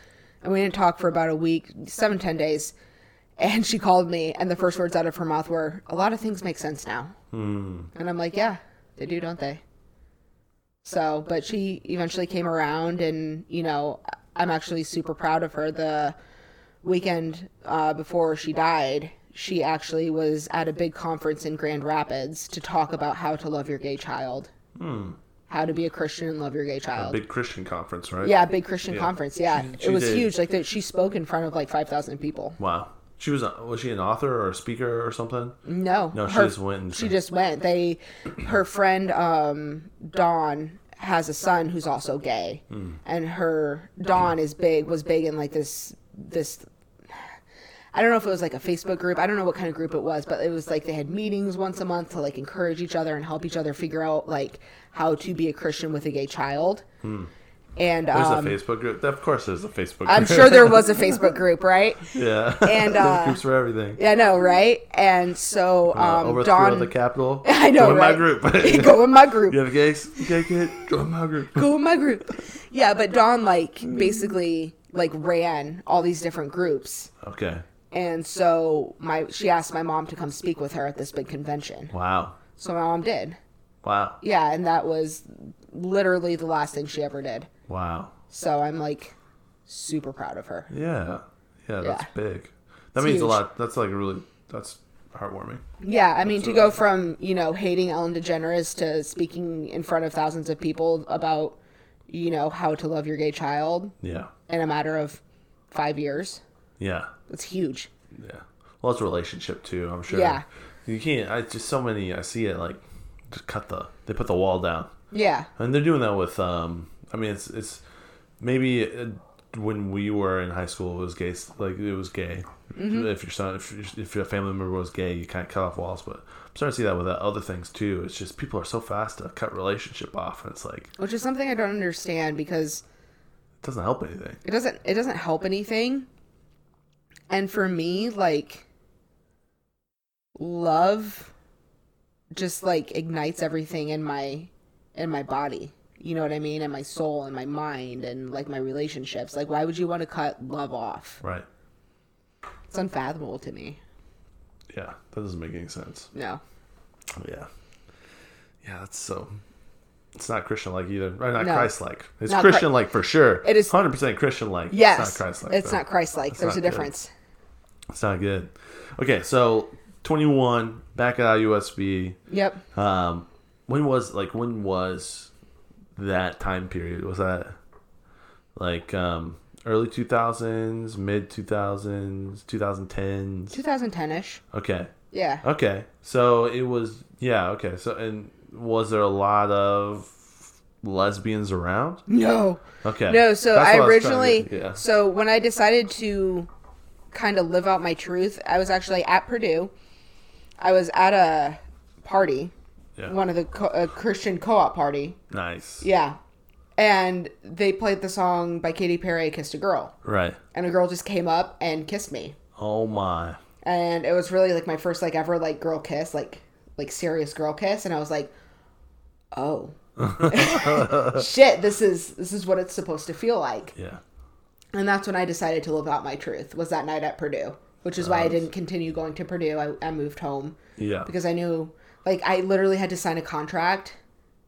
and we didn't talk for about a week, seven ten days. And she called me, and the first words out of her mouth were, "A lot of things make sense now." And I'm like, yeah, they do, don't they? So, but she eventually came around, and you know, I'm actually super proud of her. The weekend uh, before she died, she actually was at a big conference in Grand Rapids to talk about how to love your gay child. How to be a Christian and love your gay child.
Big Christian conference, right?
yeah, big Christian conference. Yeah,
she
it was
did.
huge. Like that, she spoke in front of like five thousand people.
Wow. She was a, was she an author or a speaker or something?
No,
No, she just went and-
She just went. They, her friend um, Dawn has a son who's also gay,
Hmm.
and her Dawn is big. Was big in like this this. I don't know if it was like a Facebook group. I don't know what kind of group it was, but it was like they had meetings once a month to like encourage each other and help each other figure out like how to be a Christian with a gay child.
Hmm.
And
There's
um,
a Facebook group. Of course, there's a Facebook.
I'm
group.
sure there was a Facebook group, right?
yeah.
And,
There's
uh,
groups for everything.
Yeah, I know, right? And so
Uh,
um,
overthrow
Dawn,
the capital.
I know,
Join my
right?
group.
go in my group.
you have a gay, gay kid. Join my group.
go in my group. Yeah, but Dawn like basically like ran all these different groups.
Okay.
And so my she asked my mom to come speak with her at this big convention.
Wow.
So my mom did.
Wow.
Yeah, and that was literally the last thing she ever did.
Wow.
So I'm like super proud of her.
Yeah. Yeah. That's
Yeah.
big. That means a
huge.
lot. That's like really. That's heartwarming.
Yeah, I mean to go from, you know, hating Ellen DeGeneres to speaking in front of thousands of people about, you know, how to love your gay child
Yeah.
in a matter of 5 years.
Yeah.
That's huge.
Yeah. Well, it's a relationship too. I'm sure.
Yeah.
You can't. I just so many. I see it like just cut the. They put the wall down,
Yeah.
and they're doing that with. um I mean, it's it's maybe uh when we were in high school, it was gay. Like it was gay.
Mm-hmm.
If your son, if your, if your family member was gay, you kind of cut off walls. But I'm starting to see that with other things too. It's just people are so fast to cut relationship off, and it's like it
which is something I don't understand because
doesn't help anything.
it doesn't it doesn't help anything. And for me, like love just like ignites everything in my in my body. You know what I mean? And my soul and my mind and like my relationships. Like why would you want to cut love off?
Right.
It's unfathomable to me.
Yeah. That doesn't make any sense.
No.
Yeah. Yeah, that's so. It's not Christian like either. Right, not
No.
Christ like. It's
Not Chri-
Christian like for sure.
It is-
100% Christian like.
Yes.
It's not Christ like.
It's not Christ like. There's
not
a
good.
difference.
It's not good. Okay, so 21, back at IUSB.
Yep.
Um, when was, like, when was that time period? Was that like um, early 2000s, mid 2000s, 2010s?
2010 ish.
Okay.
Yeah.
Okay, so it was yeah. Okay, so and was there a lot of lesbians around?
No.
Okay,
No, so
That's
I
what was trying to
originally
get- yeah.
so when I decided to kind of live out my truth, I was actually at Purdue. I was at a party,
Yeah.
one of the co- a Christian co-op party.
nice.
Yeah. And they played the song by Katy Perry, Kissed a Girl.
Right.
And a girl just came up and kissed me.
Oh my.
And it was really like my first like ever like girl kiss, like like serious girl kiss and I was like, "Oh. Shit, this is this is what it's supposed to feel like."
Yeah.
and that's when i decided to live out my truth was that night at purdue which is why i didn't continue going to purdue i, I moved home
Yeah.
because i knew like i literally had to sign a contract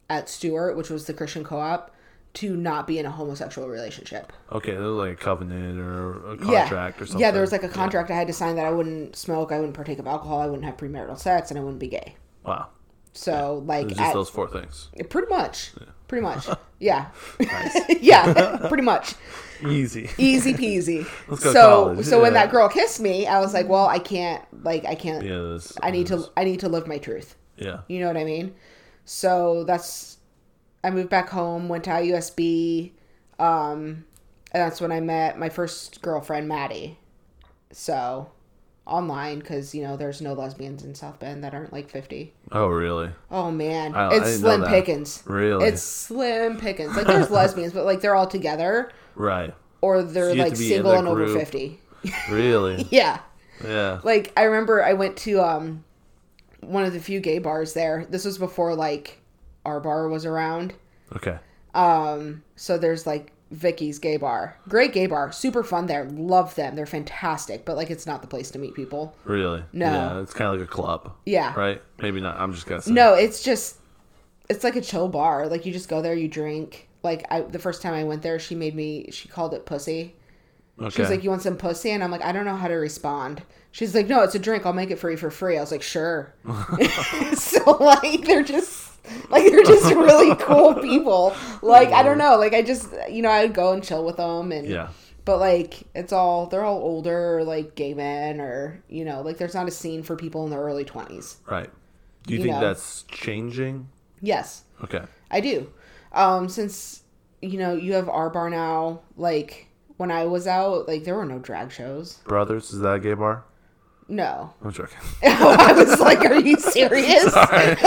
at stewart which was the christian co-op to not be in a homosexual relationship
okay, there was like a covenant or a contract
yeah.
or something.
yeah there was like a contract i had to sign that i wouldn't smoke i wouldn't partake of alcohol i wouldn't have premarital sex and i wouldn't be gay
Wow.
so
It
like
was just
at,
those four things.
pretty much pretty much yeah yeah pretty much
Easy.
easy peasy.
go
so
college,
so when
yeah.
that girl kissed me, I was like, well, I can't like I can't
Yeah. That's,
I need to I need to live my truth.
Yeah.
You know what I mean? So that's I moved back home, went to IUSB, um and that's when I met my first girlfriend, Maddie. So online cuz you know there's no lesbians in South Bend that aren't like 50.
Oh really?
Oh man,
I- I
it's
didn't know
slim
that.
pickings.
Really?
It's slim pickings. Like there's lesbians, but like they're all together
Right.
or they're
you have
like
to be in
single
that
and over
group.
50.
Really?
Yeah.
yeah.
Like I remember I went to um one of the few gay bars there. This was before like our bar was around.
Okay.
Um so there's like Vicky's gay bar. Great gay bar. Super fun there. Love them. They're fantastic, but like it's not the place to meet people.
Really?
No.
Yeah, it's kind of like a club.
Yeah.
Right? Maybe not. I'm just guessing.
No, it's just it's like a chill bar. Like you just go there, you drink. Like I the first time I went there, she made me she called it pussy. She's like, "You want some pussy?" And I'm like, "I don't know how to respond." She's like, "No, it's a drink. I'll make it for you for free." I was like, "Sure." so like they're just like they're just really cool people. Like I don't know. Like I just you know I'd go and chill with them and
yeah.
But like it's all they're all older like gay men or you know like there's not a scene for people in their early twenties.
Right. Do you,
You
think
know.
that's changing?
Yes.
Okay.
I do. Um, since you know you have our bar now, like when I was out, like there were no drag shows.
Brothers, is that a gay bar?
No,
I'm joking.
I was like, are you serious?
Sorry,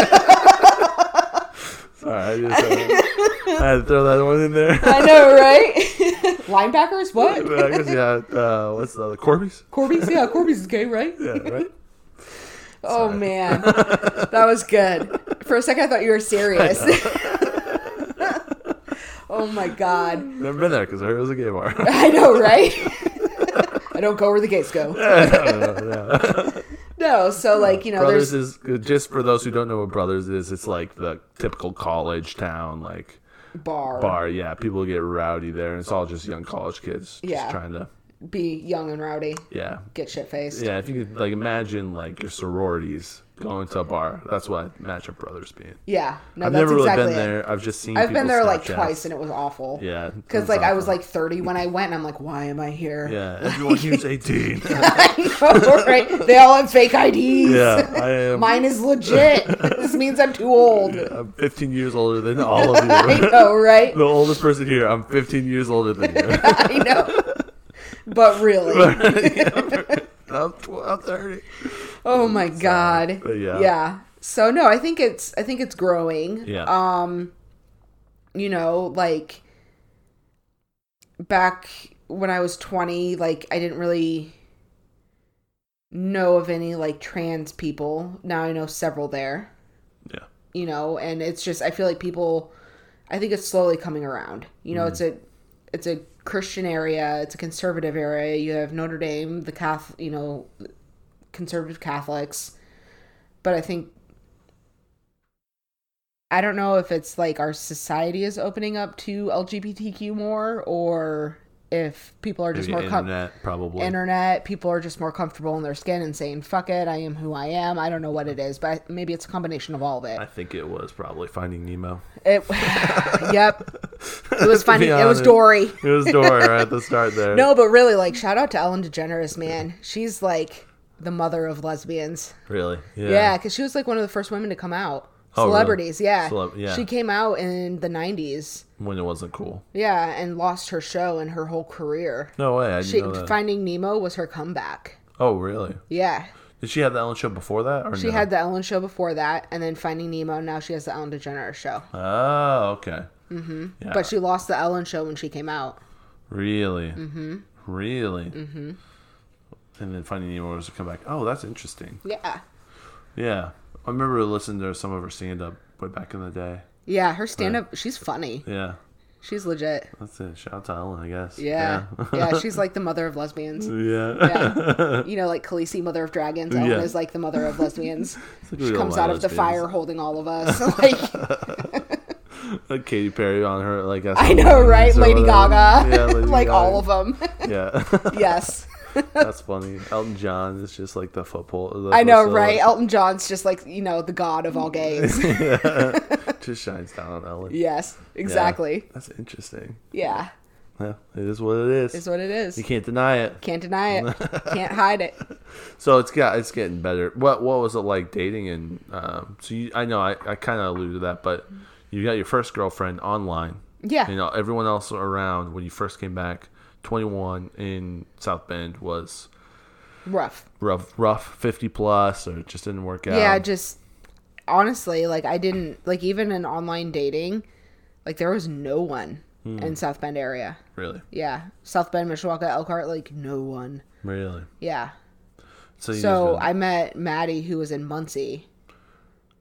I just uh, I had to throw that one in there.
I know, right? Linebackers, what?
But I guess, yeah, uh, what's the other? Corby's?
Corby's, yeah, Corby's is gay, right?
Yeah, right?
Oh man, that was good. For a second, I thought you were serious. oh my god,
Never been there because I heard it was a gay bar.
I know, right? I don't go where the gays go. No, so like you know,
Brothers
there's
is just for those who don't know what Brothers is. It's like the typical college town like bar. Yeah, people get rowdy there, and it's all just young college kids. Just
Yeah.
trying to.
be young and rowdy,
Yeah,
get shit faced.
yeah. If you could like imagine like your sororities going to a bar, that's what I imagine Brothers being.
Yeah, no,
I've
that's
never really
exactly.
been
it.
there. I've just seen.
I've been
people's
there like
Snapchats.
twice and it was awful.
Yeah,
Because
it's
like I was
awful.
like 30 when I went, and I'm like, why am I here?
yeah, everyone who's eighteen.
right? They all have fake IDs.
yeah, I am.
Mine is legit. this means I'm too old.
I'm 15 years older than all of
I
you.
know, right?
the oldest person here. I'm 15 years older than you.
I know. But really,
I'm, tw- I'm 30.
oh my god,
But uh, yeah.
yeah. So no, I think it's I think it's growing. Um,
Yeah.
you know, like back when I was 20, like I didn't really know of any like trans people. Now I know several there,
yeah.
you know, and it's just I feel like people I think it's slowly coming around. You
Mm.
know, it's a it's a Christian area, it's a conservative area. You have Notre Dame, the Cath, you know, conservative Catholics. But I think I don't know if it's like our society is opening up to LGBTQ more or if people are just
Maybe
more com-
internet, probably.
internet people are just more comfortable in their skin and saying fuck it i am who i am i don't know what it is but maybe it's a combination of all of it
I think it was probably Finding Nemo.
it yep it was funny it was
honest.
dory
It was Dora at the start there.
no but really like shout out to ellen degeneres man she's like the mother of lesbians
Really? Yeah.
yeah because she was like one of the first women to come out
Oh, really?
celebrities yeah.
Celeb- yeah.
she came out in the 90s
When it wasn't cool.
yeah and lost her show and her whole career
No way. I didn't
she,
know that.
finding nemo was her comeback
oh, really?
yeah
Did she have the Ellen show before that? Or
She had the Ellen show before that, and then Finding Nemo. Now she has the Ellen DeGeneres show.
Oh, okay. Mm-hmm. Yeah.
But she lost the Ellen show when she came out.
really? Mm-hmm. Really? Mm-hmm. And then Finding Nemo was to come back. Oh, that's interesting.
Yeah.
Yeah. I remember listening to some of her stand up way back in the day.
Yeah, her stand up, she's funny.
Yeah.
She's legit.
That's it. Shout out to Ellen, I guess.
Yeah.
Yeah.
Yeah, she's like the mother of lesbians.
Yeah.
Yeah. You know, like Khaleesi, mother of dragons. Ellen
Yeah.
is like the mother of lesbians.
like we
she
all
comes
are
out of the
lesbians.
fire holding all of us. like,
Like Katy Perry on her, like
I know, right? Lady Gaga.
Yeah, Lady
like
Gaga.
all of them.
Yeah,
yes.
that's funny. Elton John is just like the football. the
I know,
football
right? Elton John's just like, you know, the god of all gays.
that Just shines down on Ellen. Yeah.
yes, exactly.
That's interesting.
Yeah.
Yeah, it is what it is.
Is what it is.
you can't deny it.
Can't deny it. Can't hide it.
So it's got it's getting better. What what was it like dating and um, so you, I know I, I kind of alluded to that, but you got your first girlfriend online.
Yeah.
You know everyone else around when you first came back, twenty one in South Bend was
Rough.
rough rough 50 plus or it just didn't work out
Yeah, just honestly, like I didn't like even in online dating, like there was no one
Hmm.
in South Bend area.
really
Yeah. South Bend, Mishawaka, Elkhart, like no one.
really
Yeah.
so you
So
just been-
I met Maddie who was in Muncie.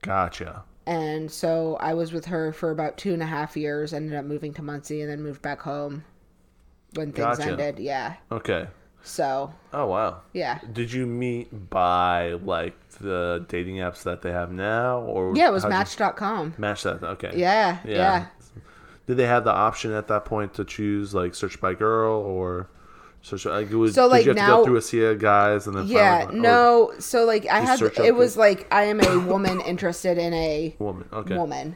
gotcha
And so I was with her for about two and a half years, ended up moving to Muncie and then moved back home when things
Gotcha.
ended. Yeah.
okay
So
oh wow
yeah.
did you meet by like the dating apps that they have now or
Yeah, it was
how'd you-
match.com.
match that okay
Yeah, yeah.
did they have the option at that point to choose like search by girl or So she, like, it was,
So,
did
like,
you have to
now-
go through a sea of guys and then oh,
Yeah,
finally, or
no. So like I
You
had
search up
it was
who-
like I am a woman interested in a
woman. Okay.
woman.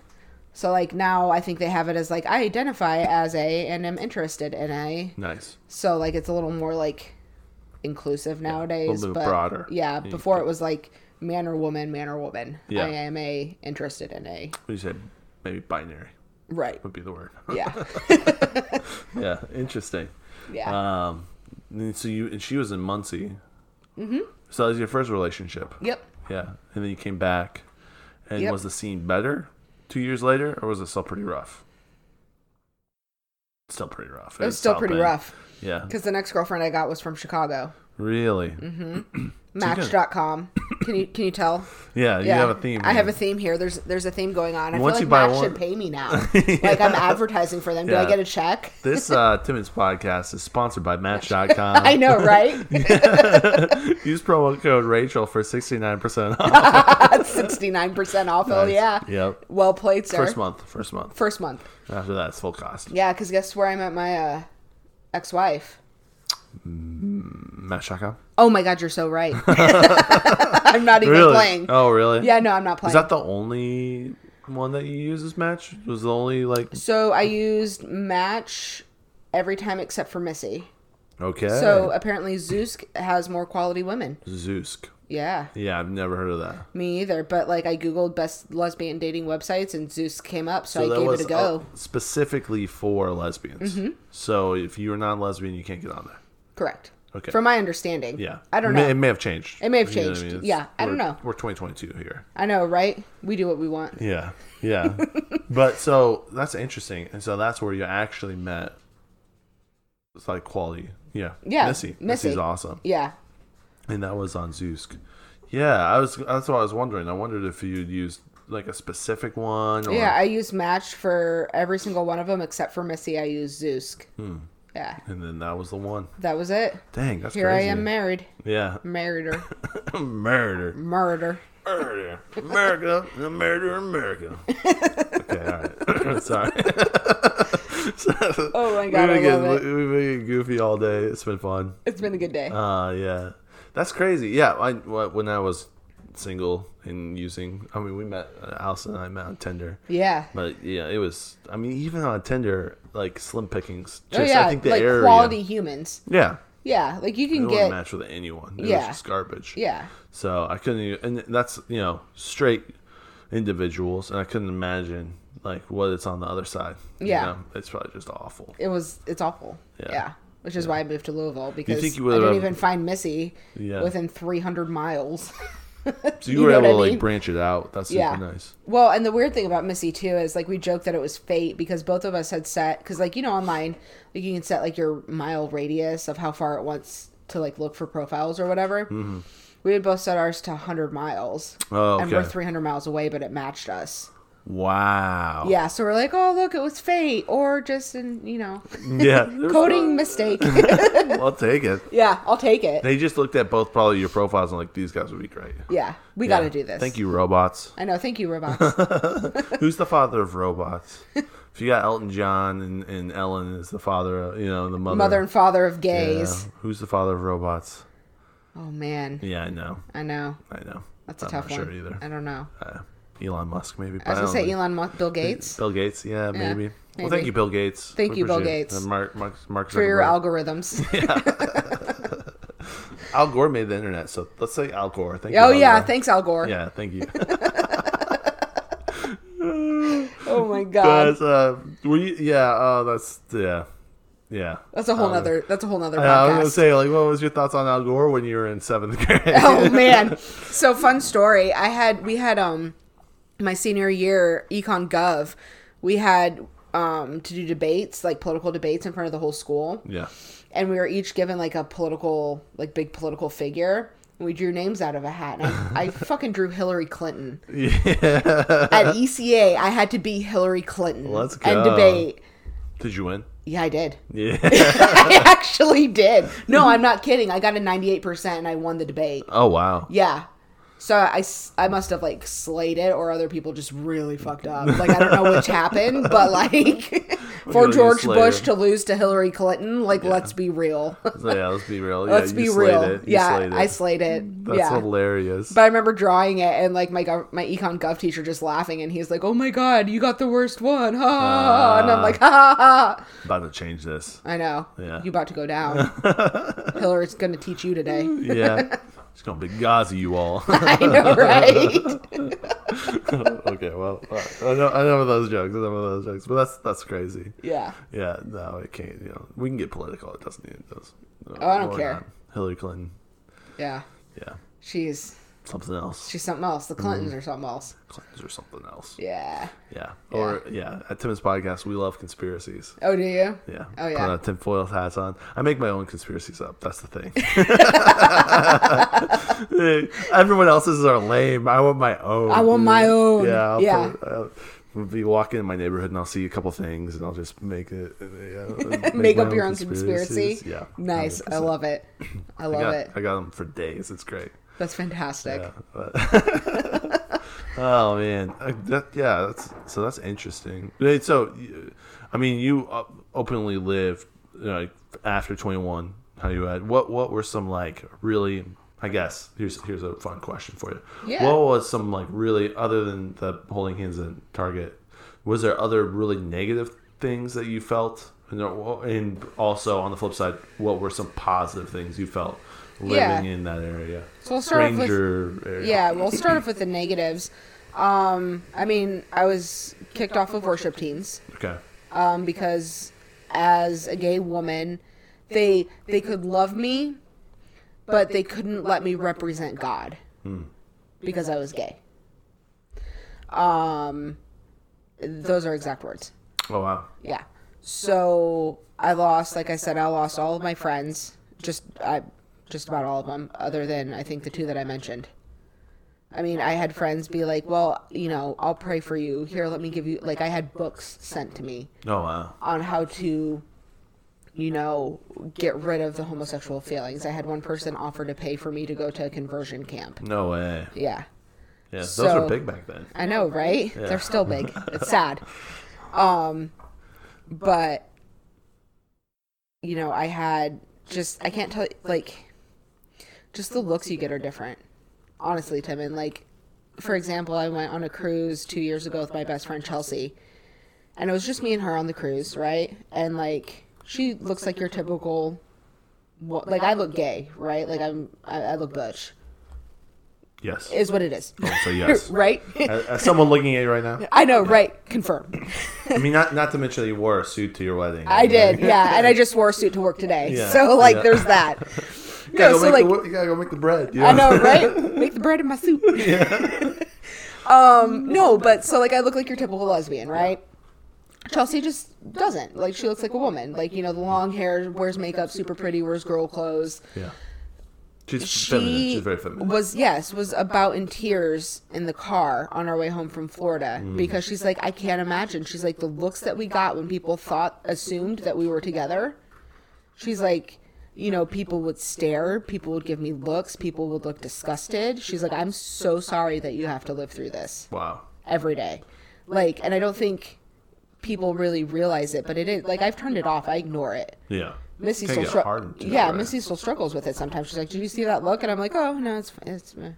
So like now I think they have it as like I identify as a and am interested in a.
Nice.
So like it's a little more like inclusive nowadays.
bit
but
broader.
Yeah,
You
before it was like man or woman, man or woman.
Yeah.
I am a interested in a.
What do you say? Maybe binary
Right.
would be the word.
Yeah.
yeah. Interesting.
Yeah.
Um, and so you and she was in Muncie. Mm-hmm. So that was your first relationship.
yep.
Yeah, and then you came back, and
Yep.
was the scene better two years later, or was it still pretty rough? Still pretty rough.
It was still pretty rough.
Yeah.
Because the next girlfriend I got was from Chicago.
Really?
Match.com. Can you can you tell?
Yeah. You
Yeah.
have a theme.
I have a
man.
theme here. There's there's a theme going on. I
Once you
feel
buy
like Match
one-
should pay me now. Like I'm advertising for them. Do
Yeah.
I get a check?
This uh, Timmons podcast is sponsored by Match.com.
I know, right?
Use promo code Rachel for sixty nine percent off.
That's 69% off. Oh, yeah.
Yep.
Well played, sir.
First month. First month.
First month.
After that, it's full cost.
Yeah, because guess where I met my uh, ex wife?
Match.com.
Oh my God, you're so right. I'm not even
Really?
playing.
Oh, really?
Yeah, no, I'm not playing.
Is that the only one that you use as Match? Was the only like
so I used Match every time except for Missy.
okay?
So apparently Zeus has more quality women.
Zeusk.
Yeah.
Yeah, I've never heard of that.
Me either, but like I googled best lesbian dating websites and Zeus came up, so, I
that
gave
was
it a go. Mm-hmm.
uh, specifically for lesbians. So if you're not lesbian, you can't get on there.
Correct.
Okay.
From my understanding.
Yeah,
I don't
It may-
know.
It may have changed.
It may have
You know what
changed.
It's-
Yeah, I don't
we're-
know.
We're 2022 here.
I know, right? We do what we want.
Yeah, yeah. but so that's interesting, and so that's where you actually met. It's like quality. Yeah.
Yeah,
Missy.
Missy.
Missy's awesome,
Yeah.
and that was on Zeusk. Yeah, I was. That's what I was wondering. I wondered if you'd used like a specific one. Or,
Yeah, I used Match for every single one of them except for Missy. I used Zeus.
Hmm.
Yeah,
And then that was the one.
that was it.
Dang, that's
Here
crazy.
I am married.
Yeah.
Married her.
Murder.
Murder.
Murder. America. The murder of America. okay, all right. Sorry.
Oh my God,
We've been
I love
getting- We've been getting goofy all day. It's been fun.
It's been a good day.
Uh, yeah. That's crazy. Yeah, I, wh- when I was single and using, I mean, we met, uh, Allison and I met on Tinder.
yeah.
But yeah, it was, I mean, even on Tinder, like slim pickings. Just,
oh yeah,
I think the
like
area.
quality humans.
Yeah.
Yeah, like you
It
can
wouldn't
get.
match with anyone. It was
Yeah.
just garbage.
Yeah.
So I couldn't, even, and that's you know straight individuals, and I couldn't imagine like what it's on the other side. you
Yeah.
know? it's probably just awful.
It was. It's awful.
Yeah.
Yeah. Which is why I moved to Louisville because
think you
I
would've-
didn't even find Missy
Yeah.
within 300 miles.
So you,
You
were
know
able
what I
to like
mean?
branch it out. That's super
Yeah.
nice.
Well, and the weird thing about Missy too is like we joked that it was fate because both of us had set because like you know online like you can set like your mile radius of how far it wants to like look for profiles or whatever. Mm-hmm. We had both set ours to 100 miles,
Oh,
and we're
okay.
300 miles away, but it matched us.
Wow.
Yeah, so we're like, oh look, it was fate, or just an you know
Yeah. There's-
coding mistake.
I'll take it.
yeah, I'll take it.
They just looked at both probably your profiles and like these guys would be great.
Yeah, we got to do this.
Thank you, robots.
I know. Thank you, robots.
Who's the father of robots? if you got Elton John and, and Ellen is the father, of, you know, the mother.
Mother and father of
Yeah.
gays.
Who's the father of robots?
Oh man,
Yeah, I know.
I know
I know.
that's a
I'm
tough
not
one.
Sure either.
I don't know.
uh, Elon Musk, maybe.
I was gonna
but I don't
say
know.
Elon Musk, Bill Gates
Bill Gates, yeah, maybe. Well, thank
maybe.
you, Bill Gates.
Thank you, Bill
appreciate
Gates.
And Mark, Mark, Mark
for your
Zuckerberg.
algorithms.
Al Gore made the internet, so let's say Al Gore. Thank you,
oh
Al
yeah,
Gore.
thanks Al Gore.
Yeah, thank you.
Oh my god,
Guys, uh, were you? Yeah, uh, that's yeah, yeah.
that's a whole
Um,
nother. That's a whole nother
I was gonna
podcast.
say, like, what was your thoughts on Al Gore when you were in seventh grade?
oh man, so fun story. I had we had um my senior year econ gov. We had um to do debates like political debates in front of the whole school.
yeah,
and we were each given like a political, like big political figure. And we drew names out of a hat. And I, I fucking drew Hillary Clinton. At ECA, I had to be Hillary Clinton.
Let's go.
And debate.
did you win?
Yeah, I did.
Yeah.
I actually did. No, I'm not kidding. I got a 98% and I won the debate.
oh wow.
Yeah. So I, s- I must have like slayed it, or other people just really fucked up. Like I don't know which happened, but like
Really,
for
you
George
slayed
Bush
it.
to lose to Hillary Clinton, like let's be real.
So, yeah, let's be real. Yeah,
let's
you
be
slayed
real.
It. You
Yeah,
slayed it.
I slayed it.
That's
yeah.
hilarious.
But I remember drawing it and like my gov- my econ gov teacher just laughing and he's like, "Oh my god, you got the worst one!" Ha! ha, ha." and I'm like, "Ha ha ha!"
About to change this.
I know.
Ah. Yeah.
You about to go down. Hillary's gonna teach you today.
Yeah. It's gonna be Gazi, you all.
I know, right?
okay, well, I know, I know those jokes. I know those jokes, but that's that's crazy.
yeah.
Yeah, no, it can't. You know, we can get political. It doesn't need it does.
Oh, I don't
We're
care.
not. Hillary Clinton.
Yeah.
Yeah,
She's
something else.
she's something else. The
Mm-hmm.
Clintons are something else.
Clintons or something else. Yeah.
Yeah.
Or yeah, at Tim's podcast, we love conspiracies.
Oh, do you?
Yeah.
Oh, yeah.
Put on tinfoil hats on. I make my own conspiracies up. That's the thing. Everyone else's are lame. I want my own.
I want
dude.
my own.
Yeah. I'll
Yeah.
put- I'll I'll be walking in my neighborhood and I'll see a couple things and I'll just make it. Yeah, make
Make
my
up your own conspiracy.
conspiracies. Yeah.
Nice. I
100%.
love it. I love
I got,
it.
I got them for days. It's great.
That's fantastic.
Yeah. but- oh man, I, that, yeah. That's so. That's interesting. Wait, So, you- I mean, you uh, openly lived like after twenty one. How you had what? What were some like really? I guess here's here's a fun question for you.
Yeah.
What was some like really other than the holding hands at Target? Was there other really negative things that you felt? And there- And also on the flip side, what were some positive things you felt living
Yeah.
in that area?
So we'll start off with
Stranger area.
yeah we'll start off with the negatives um i mean i was kicked off of worship teams
Okay.
um because as a gay woman they they could love me but they couldn't let me represent god because i was gay um those are exact words
Oh wow.
yeah. So I lost, like I said, I lost all of my friends. Just I, just about all of them, other than I think the two that I mentioned. I mean, I had friends be like, "Well, you know, I'll pray for you. Here, let me give you." Like I had books sent to me
Oh wow.
on how to, you know, get rid of the homosexual feelings. I had one person offer to pay for me to go to a conversion camp.
No way.
Yeah.
Yeah, those
So-
were big back then.
I know, right? They're still big. It's sad. Um, but you know, I had just I can't tell like just the looks you get are different. Honestly, Tim, and like for example, I went on a cruise two years ago with my best friend Chelsea, and it was just me and her on the cruise, right? And like she looks like your typical, wo- like I look gay, right? Like I'm I, I look butch
Yes.
is what it is,
so yes.
right?
As, as someone looking at you right now,
I know, right? Confirm.
I mean, not not to mention that you wore a suit to your wedding.
I did, yeah. And I just wore a suit to work today.
Yeah,
So like
yeah.
there's that.
You gotta,
No, so
go make
like
the, wo- you gotta go make the bread. You
I know, right? Make the bread in my soup. um no, but so like I look like your typical lesbian, right? Chelsea just doesn't. Like she looks like a woman. Like, you know, the long hair, wears makeup, super pretty, wears girl clothes.
Yeah. She's
She
feminine. She's very feminine.
was yes, was about in tears in the car on our way home from Florida
Mm.
because she's like, I can't imagine. She's like the looks that we got when people thought assumed that we were together. She's like, you know, people would stare, people would give me looks, people would look disgusted. She's like, I'm so sorry that you have to live through this
Wow.
every day. Like, and I don't think people really realize it, but it is like I've turned it off. I ignore it.
Yeah.
Missy
Can
still
get
struggles.
hardened to it,
Yeah,
right?
Missy still struggles with it sometimes. She's like, "Did you see that look?" And I'm like, "Oh no, it's it's meh."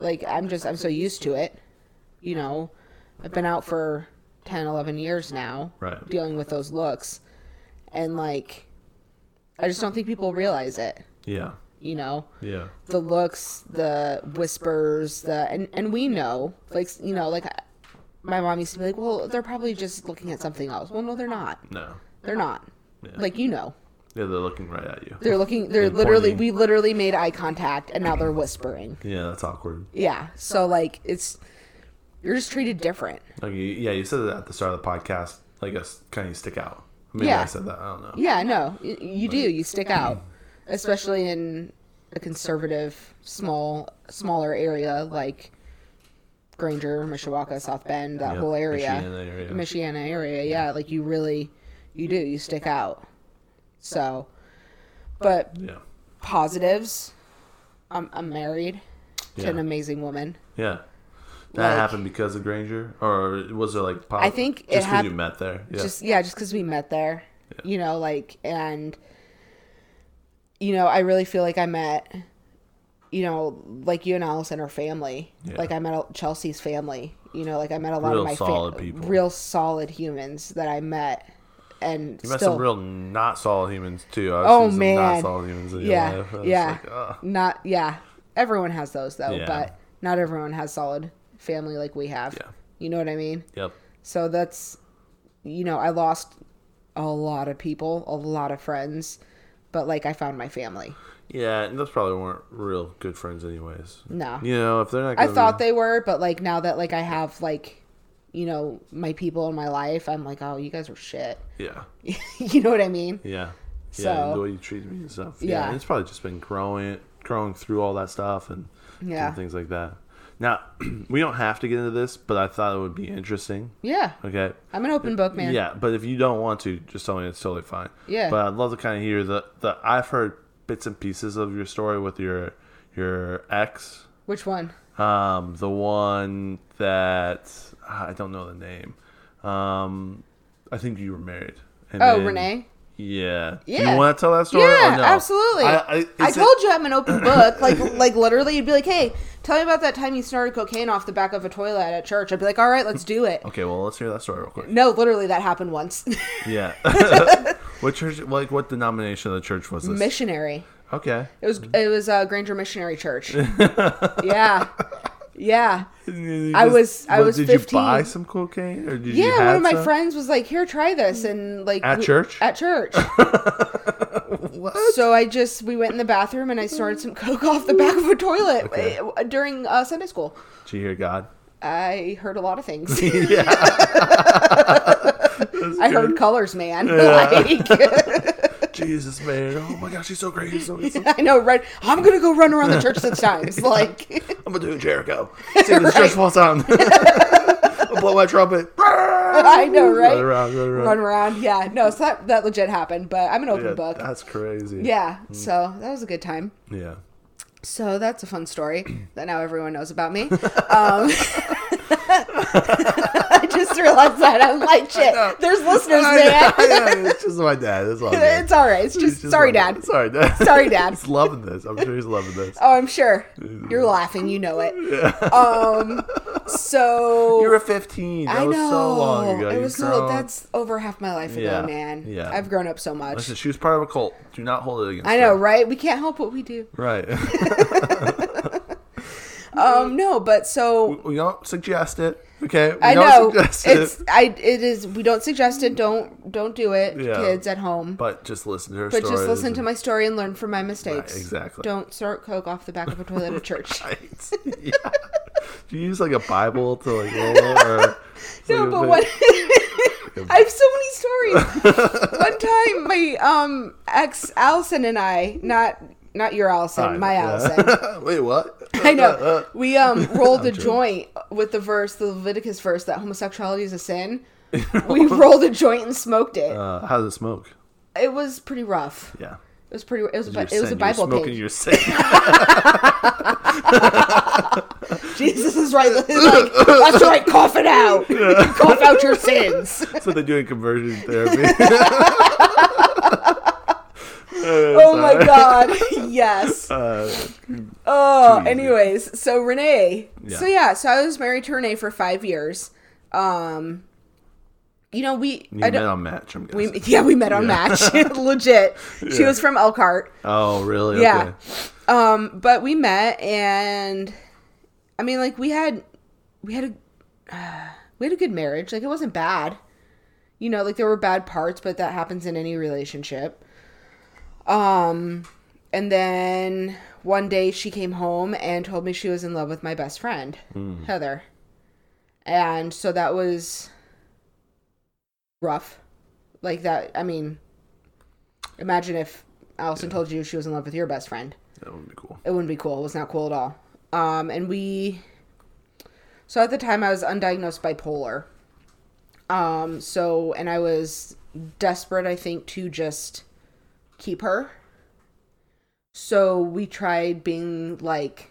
like I'm just I'm so used to it. You know, I've been out for 10, 11 years now,
Right.
Dealing with those looks, and like, I just don't think people realize it.
Yeah.
You know,
Yeah.
the looks, the whispers, the and and we know, like you know, like my mom used to be like, "Well, they're probably just looking at something else." Well, no, they're not.
No.
They're not.
Yeah.
Like you know.
Yeah, they're looking right at you.
They're looking. They're
And
literally.
pointing.
We literally made eye contact, and now they're whispering.
Yeah, that's awkward.
Yeah. So like, it's you're just treated different.
Like, you, yeah, you said that at the start of the podcast. Like, us kind of stick out. Maybe
Yeah.
I said that. I don't know.
Yeah. No. You, you do. You stick out, especially in a conservative, small, smaller area like Granger, Mishawaka, South Bend, that
Yeah,
whole area,
Michiana area.
Michiana area. Yeah. Like you really, you do. You stick out. So, but
Yeah.
positives. I'm I'm married. to an amazing woman.
Yeah. That
Like-
happened because of Granger, or was it like? Pop-
I think it
just because
hap-
you met there. Yeah.
just yeah just because we met there you know like and you know i really feel like i met you know like you and allison are family
Yeah.
like i met a- chelsea's family you know like i met a lot
Real
of my
solid people.
real solid humans that i met and
you met
still
some real not solid humans too. I've
Oh,
seen some
man.
not solid humans in your
yeah
life. I was
yeah
like, ugh.
not yeah everyone has those though
Yeah.
but not everyone has solid family like we have
Yeah.
you know what i mean
Yep.
So that's, you know, I lost a lot of people, a lot of friends, but like I found my family.
Yeah, and those probably weren't real good friends, anyways.
No.
You know, if they're not.
I
Gonna
thought
be,
they were, but like now that like I have like, you know, my people in my life, I'm like, oh, you guys are shit.
Yeah.
you know what I mean?
Yeah. Yeah,
So-
and the way you treated me and stuff. Yeah.
Yeah.
and it's probably just been growing, growing through all that stuff and doing
Yeah.
things like that. Now, we don't have to get into this, but I thought it would be interesting.
Yeah.
Okay.
I'm an open book man.
Yeah, but if you don't want to, just tell me it's totally fine.
Yeah.
But I'd love to kind of hear the, the I've heard bits and pieces of your story with your your ex,
Which one?
um, the one that ah, I don't know the name. Um, I think you were married. And
Oh,
then-
Renee.
yeah. Do
Yeah.
you want to tell that story?
Yeah,
or no?
absolutely.
I,
I,
I, is it-
told you I'm an open book. Like, like literally, you'd be like, "Hey, tell me about that time you snorted cocaine off the back of a toilet at church." I'd be like, "All right, let's do it."
Okay, well, let's hear that story real quick.
No, literally, that happened once.
Yeah. what church? Like, what denomination of the church was this?
missionary.
Okay.
It was it was uh, Granger Missionary Church. yeah, yeah, I was- I
But
was
Did
15.
you buy some cocaine, or did you?
yeah. One
have
of my
some?
friends was like, "Here, try this," and like
At church?
At church. So I just we went in the bathroom and I snorted some coke off the back of a toilet
Okay.
uh, during uh, Sunday school.
Did you hear God?
I heard a lot of things.
yeah.
I heard colors, man. Like,
Jesus, man. Oh my gosh, he's so great. He's so good.
I know, right? I'm gonna go run around the church six times. Like,
I'm gonna do Jericho. See this church falls down. I'll blow my trumpet.
I know, right?
Run around, run around.
run around. Yeah, no, so that, that legit happened, but I'm an open
Yeah, Mm.
book.
that's crazy.
yeah, so that was a good time.
Yeah.
So that's a fun story that now everyone knows about me. Um, I just realized that I'm like shit. There's listeners, man.
it's just my dad. That's all. good.
it's all right. It's
He's
just, sorry,
like,
dad.
Sorry, dad.
Sorry, Dad.
he's loving this. I'm sure he's loving this.
Oh, I'm sure you're laughing. You know it. Um, so
You were 15. That
I know
was so long ago.
it
You've
was so.
grown.
That's over half my life ago,
Yeah,
man.
yeah.
I've grown up so much.
Listen, she was part of a cult. Do not hold it against.
I know,
her.
right? We can't help what we do.
Right.
Um, no, but so
we don't suggest it. Okay. We
I
don't
know
Suggest
it's
it.
I it is we don't suggest it. Don't don't do it,
Yeah.
kids at home. But,
But just listen to her.
just listen to my story and learn from my mistakes.
Right, exactly.
Don't start coke off the back of a toilet at church.
yeah. Do you use like a Bible to like roll it? Or,
No,
like,
but what? I have so many stories. One time, my um ex Allison and I, not not your Allison,
Fine,
my eh?
yeah.
Allison.
Wait, what?
I know. We um rolled a
joking.
joint with the verse, the Leviticus verse that homosexuality is a sin. we rolled a joint and smoked it.
Uh, how does it smoke?
it was pretty rough.
Yeah.
It was pretty. It was a,
You're
bi- it was a
sin.
Bible
You're smoking
page.
your sin.
Jesus is right. Like, that's right. Cough it out. cough out your sins.
That's what they do in conversion therapy.
Oh my God. Yes.
Uh,
Oh.
Too easy.
Anyways, so Renee.
Yeah.
So yeah. So I was married to Renee for five years. Um, you know we.
you
I
met
don't.
on match. I'm guessing.
We, yeah, we met on Match. Legit. She was from Elkhart.
oh, really?
Yeah.
Okay.
Um, but we met and I mean like we had we had a we had a good marriage. Like it wasn't bad. You know, like there were bad parts, but that happens in any relationship. Um and then one day she came home and told me she was in love with my best friend, Heather. And so that was rough. Like that, I mean, imagine if Allison told you she was in love with your best friend
That would be cool.
it wouldn't be cool. It was not cool at all. Um, and we, so at the time I was undiagnosed bipolar. Um, so and I was desperate, I think, to just keep her. So we tried being like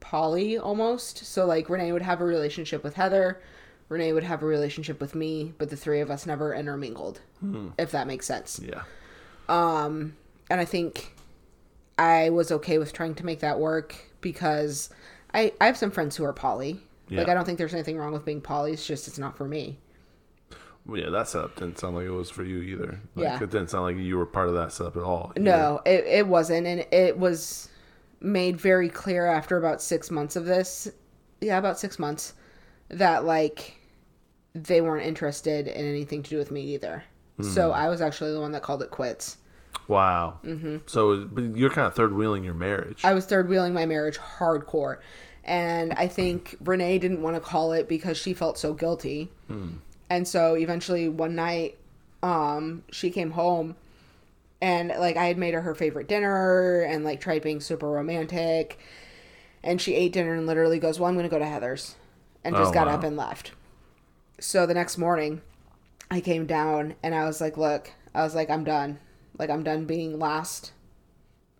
poly almost. So like Renee would have a relationship with Heather, Renee would have a relationship with me, but the three of us never intermingled. If that makes sense.
Yeah.
and I think I was okay with trying to make that work because I I have some friends who are poly. Like
Yeah.
I don't think there's anything wrong with being poly. It's just it's not for me.
Well, yeah, that setup didn't sound like it was for you either. Like,
Yeah.
It didn't sound like you were part of that setup at all.
No, it it wasn't, and it was made very clear after about six months of this. Yeah, about six months that like they weren't interested in anything to do with me either. So I was actually the one that called it quits.
Wow. Mm-hmm. So but you're kind of third wheeling your marriage.
I was third wheeling my marriage hardcore. And I think Renee didn't want to call it because she felt so guilty.
Hmm.
And so eventually one night, um, she came home and like I had made her her favorite dinner and like tried being super romantic. And she ate dinner and literally goes, Well, I'm going to go to Heather's. And just
Oh,
got
wow.
up and left. So the next morning, I came down and I was like, Look, I was like, I'm done. Like, I'm done being last.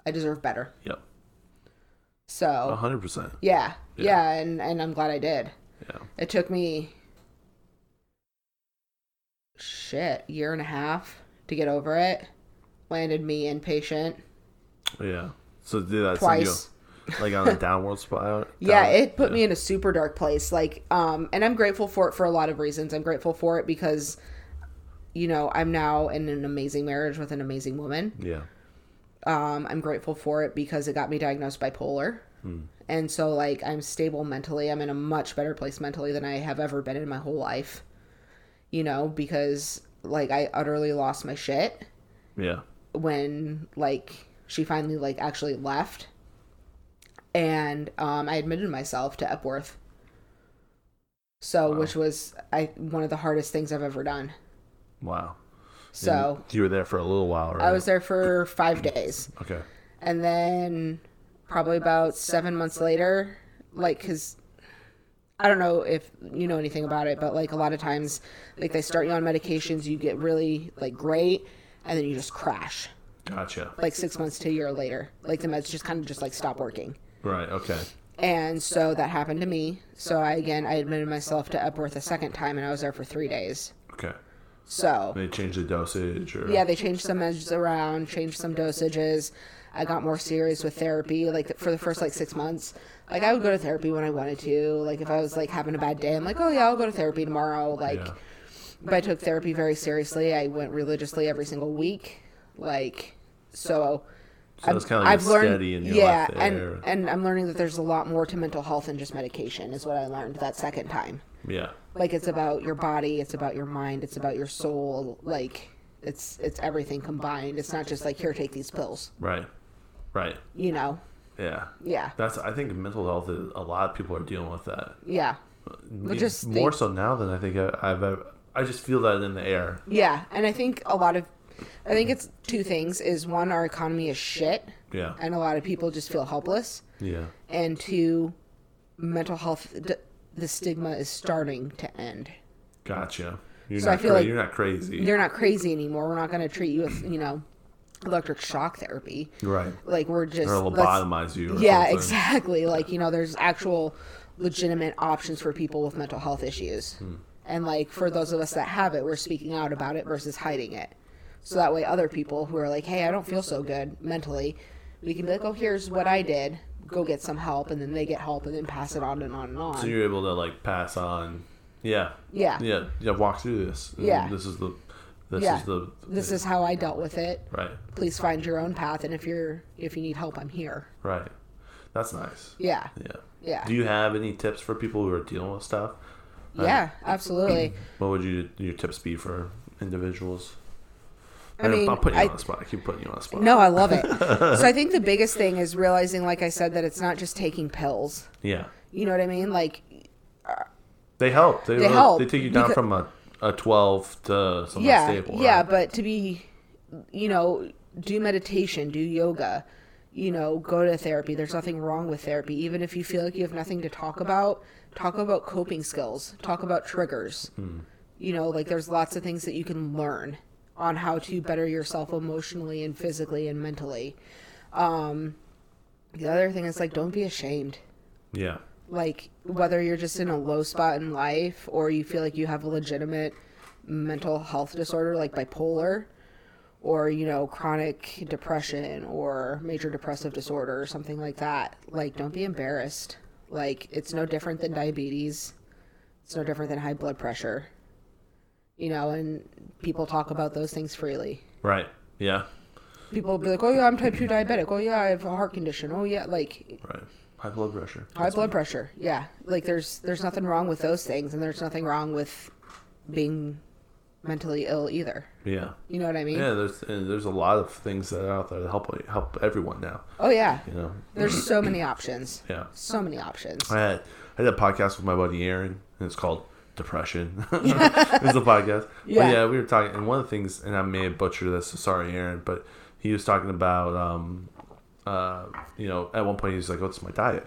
I deserve better.
yep.
So.
hundred percent.
Uh-huh. Yeah, yeah, and and I'm glad I did.
Yeah.
It took me shit year and a half to get over it. Landed me inpatient
Yeah. So did that send you
twice.
like on a downward spiral?
Yeah,
Down-
it put me in a super dark place. Like, um, and I'm grateful for it for a lot of reasons. I'm grateful for it because, you know, I'm now in an amazing marriage with an amazing woman.
Yeah.
Um, I'm grateful for it because it got me diagnosed bipolar. And so, like, I'm stable mentally. I'm in a much better place mentally than I have ever been in my whole life. You know, because, like, I utterly lost my shit
Yeah.
when, like, she finally, like, actually left. And um, I admitted myself to Epworth. So, which was I one of the hardest things I've ever done.
Wow.
So,
You were there for a little while, right?
I was there for five days.
Okay.
and then probably about seven months later like because i don't know if you know anything about it but like a lot of times like they start you on medications you get really like great and then you just crash
Gotcha.
like six months to a year later like the meds just kind of just like stop working
Right. Okay.
and so that happened to me so i again i admitted myself to epworth a second time and i was there for three days
Okay.
so
They changed the dosage or
yeah, they changed some measures around, changed some dosages. I got more serious with therapy, like for the first like six months. Like I would go to therapy when I wanted to. Like if I was like having a bad day, I'm like, oh yeah, I'll go to therapy tomorrow. Like,
Yeah.
but I took therapy very seriously. I went religiously every single week. Like, so.
So it's kinda like a steady in your
yeah,
life there.
and and I'm learning that there's a lot more to mental health than just medication. Is what I learned that second time
Yeah.
like it's about your body it's about your mind it's about your soul like it's it's everything combined it's not just like here take these pills
Right. Right.
you know
Yeah.
yeah
That's I think mental health is a lot of people are dealing with that.
yeah
Yeah,
just
more
think-
so now than I think I, I've ever. I just feel that in the air.
yeah and i think a lot of i think it's two things is one our economy is shit
Yeah.
and a lot of people just feel helpless
Yeah.
and two mental health d- the stigma is starting to end
Gotcha. You're
So
not
I feel
cra-
like
you're not crazy.
they're not crazy anymore we're not going to treat you with you know electric shock therapy
right.
like we're just
Or
let's-
lobotomize you. Or
yeah
something.
exactly like you know there's actual legitimate options for people with mental health issues
Hmm.
and like for those of us that have it we're speaking out about it versus hiding it so that way other people who are like hey i don't feel so good mentally we can be like oh here's what i did go get some help and then they get help and then pass it on and on and on
So you're able to like pass on. Yeah.
yeah.
Yeah. Yeah. Walk through this. And
Yeah.
This is the. This
Yeah.
is the.
this is how i dealt with it
Right.
please find your own path and if you're if you need help i'm here
Right. That's nice.
yeah
Yeah.
yeah
Do uh, you have any tips for people who are dealing with stuff?
yeah absolutely
What would you your tips be for individuals?
I mean,
I'm putting you
I-
on the spot. I keep putting you on the spot.
No, I love it. so I think the biggest thing is realizing, like I said, that it's not just taking pills.
Yeah.
You know what I mean? Like,
They help. They, really-
help
They take you down
becau-
from a, a 12 to something
yeah,
stable.
yeah,
right?
but to be, you know, do meditation, do yoga, you know, go to therapy. There's nothing wrong with therapy. Even if you feel like you have nothing to talk about, talk about coping skills, talk about triggers.
Hmm.
You know, like there's lots of things that you can learn on how to better yourself emotionally and physically and mentally. Um, the other thing is like, don't be ashamed.
Yeah.
like whether you're just in a low spot in life or you feel like you have a legitimate mental health disorder like bipolar or you know chronic depression or major depressive disorder or something like that like don't be embarrassed like it's no different than diabetes it's no different than high blood pressure you know and people talk about those things freely
Right. Yeah.
people will be like oh yeah i'm type 2 diabetic oh yeah i have a heart condition oh yeah like
Right. High blood pressure.
high blood pressure yeah like there's there's nothing wrong with those things and there's nothing wrong with being mentally ill either
Yeah.
you know what i mean
Yeah, there's and there's a lot of things that are out there to help help everyone now.
oh yeah
You know,
there's so many options
yeah.
so many options
I had I did a podcast with my buddy Aaron, and it's called Depression. it's a podcast. Yeah.
Yeah.
But yeah, we were talking, and one of the things, and I may have butchered this, so sorry, Aaron, but he was talking about, um, uh, you know, at one point he was like, "Oh, it's my diet,"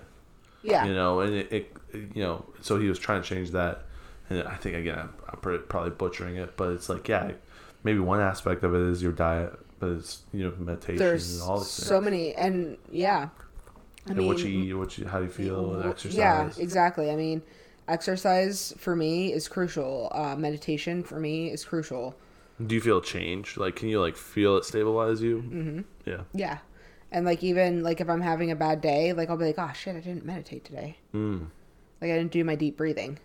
yeah
you know, and it, it, you know, so he was trying to change that, and I think again, I'm, I'm pr- probably butchering it, but it's like, yeah, maybe one aspect of it is your diet, but it's you know, meditation
there's
and all this.
so many and yeah i
and
mean
what you eat, what you, how you feel, and
w-
exercise.
yeah exactly i mean exercise for me is crucial uh, meditation for me is crucial
Do you feel change? Like, can you like feel it stabilize you? Mm-hmm. Yeah.
Yeah. And like even like if I'm having a bad day, like I'll be like, oh shit, I didn't meditate today. Mm.
Hmm.
Like I didn't do my deep breathing.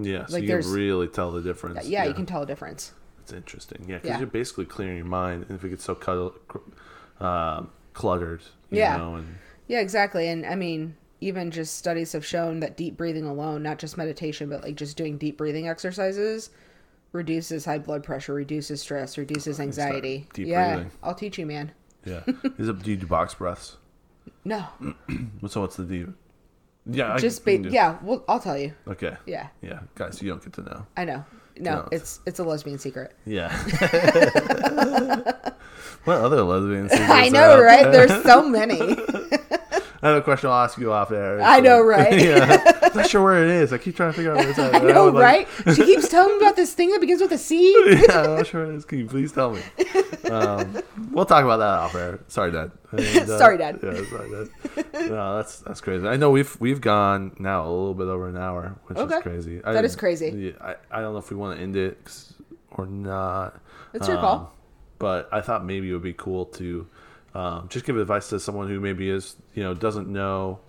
Yeah. So
Like,
you
there's-
can really tell the difference.
Yeah, you can tell a difference.
It's interesting. Yeah, because
Yeah.
you're basically clearing your mind, and if it gets so cut, uh, cluttered, you
Yeah.
know, and
Yeah, exactly. And I mean, even just studies have shown that deep breathing alone, not just meditation, but like just doing deep breathing exercises, reduces high blood pressure, reduces stress, reduces
start
anxiety.
deep
yeah,
breathing.
I'll teach you, man.
yeah. Is it do you do box breaths?
No,
So what's the deep? Yeah. I
just
can
ba-
do-
yeah. Well, I'll tell you.
Okay.
Yeah,
Yeah, guys, you don't get to know.
I know. No,
No.
it's it's a lesbian secret.
Yeah. what other lesbians?
I know, right? There's so many.
I have a question I'll ask you off air.
I know, right?
yeah. I'm not sure where it is. I keep trying to figure out where it's at.
I
and I
know,
was like,
right? she keeps telling me about this thing that begins with a C.
yeah, I'm not sure where it is. Can you please tell me? Um, we'll talk about that off air. Sorry, Dad. And, uh,
Sorry, Dad.
Yeah, sorry, Dad. No, that's that's crazy. I know we've we've gone now a little bit over an hour, which
Okay.
is crazy.
That
I,
is crazy.
Yeah, I, I don't know if we want to end it 'cause- or not.
It's your
Um,
call.
But I thought maybe it would be cool to um, just give advice to someone who maybe is you know doesn't know